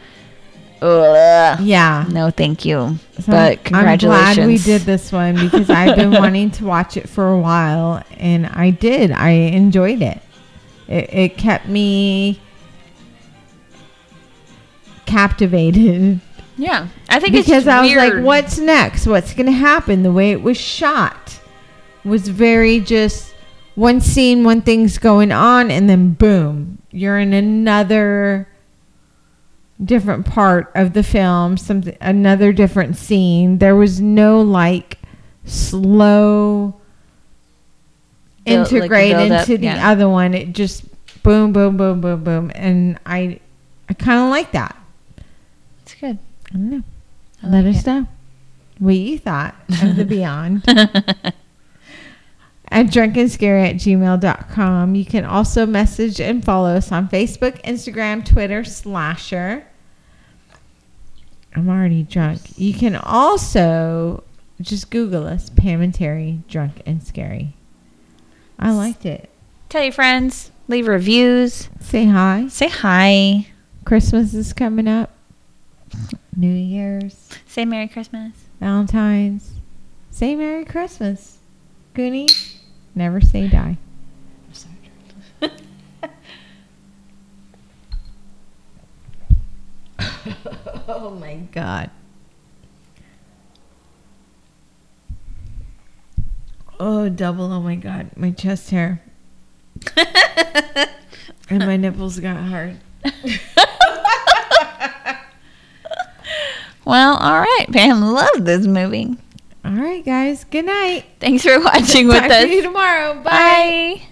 B: Ugh.
A: Yeah.
B: No, thank you.
A: So
B: but
A: I'm
B: congratulations.
A: glad we did this one because I've
B: (laughs)
A: been wanting to watch it for a while, and I did. I enjoyed it. It, it kept me captivated
B: Yeah, I think it's
A: because
B: just
A: I was like,
B: weird.
A: "What's next? What's going to happen?" The way it was shot was very just one scene, one thing's going on, and then boom, you're in another different part of the film, something another different scene. There was no like slow
B: Build- like the
A: integrate
B: build-up,
A: into the
B: yeah.
A: other one. It just boom, boom, boom, boom, boom, and I, I kind of like that.
B: It's good.
A: I don't know. Let us know what you thought of
B: (laughs)
A: the Beyond at drunkenscary at gmail.com. You can also message and follow us on Facebook, Instagram, Twitter, Slasher. I'm already drunk. You can also just Google us, Pam and Terry, Drunk and Scary. I liked it.
B: Tell your friends. Leave reviews.
A: Say hi.
B: Say hi.
A: Christmas is coming up, New Year's.
B: Say Merry Christmas.
A: Valentine's. Say Merry Christmas. Goonies, never say die. (laughs) oh my god. Oh, double. Oh my god. My chest hair (laughs) and my nipples got hard.
B: well, all right. Pam loved this movie.
A: All right, guys. Good night.
B: Thanks for (laughs) watching with
A: Talk
B: us.
A: to you tomorrow. Bye.
B: Bye.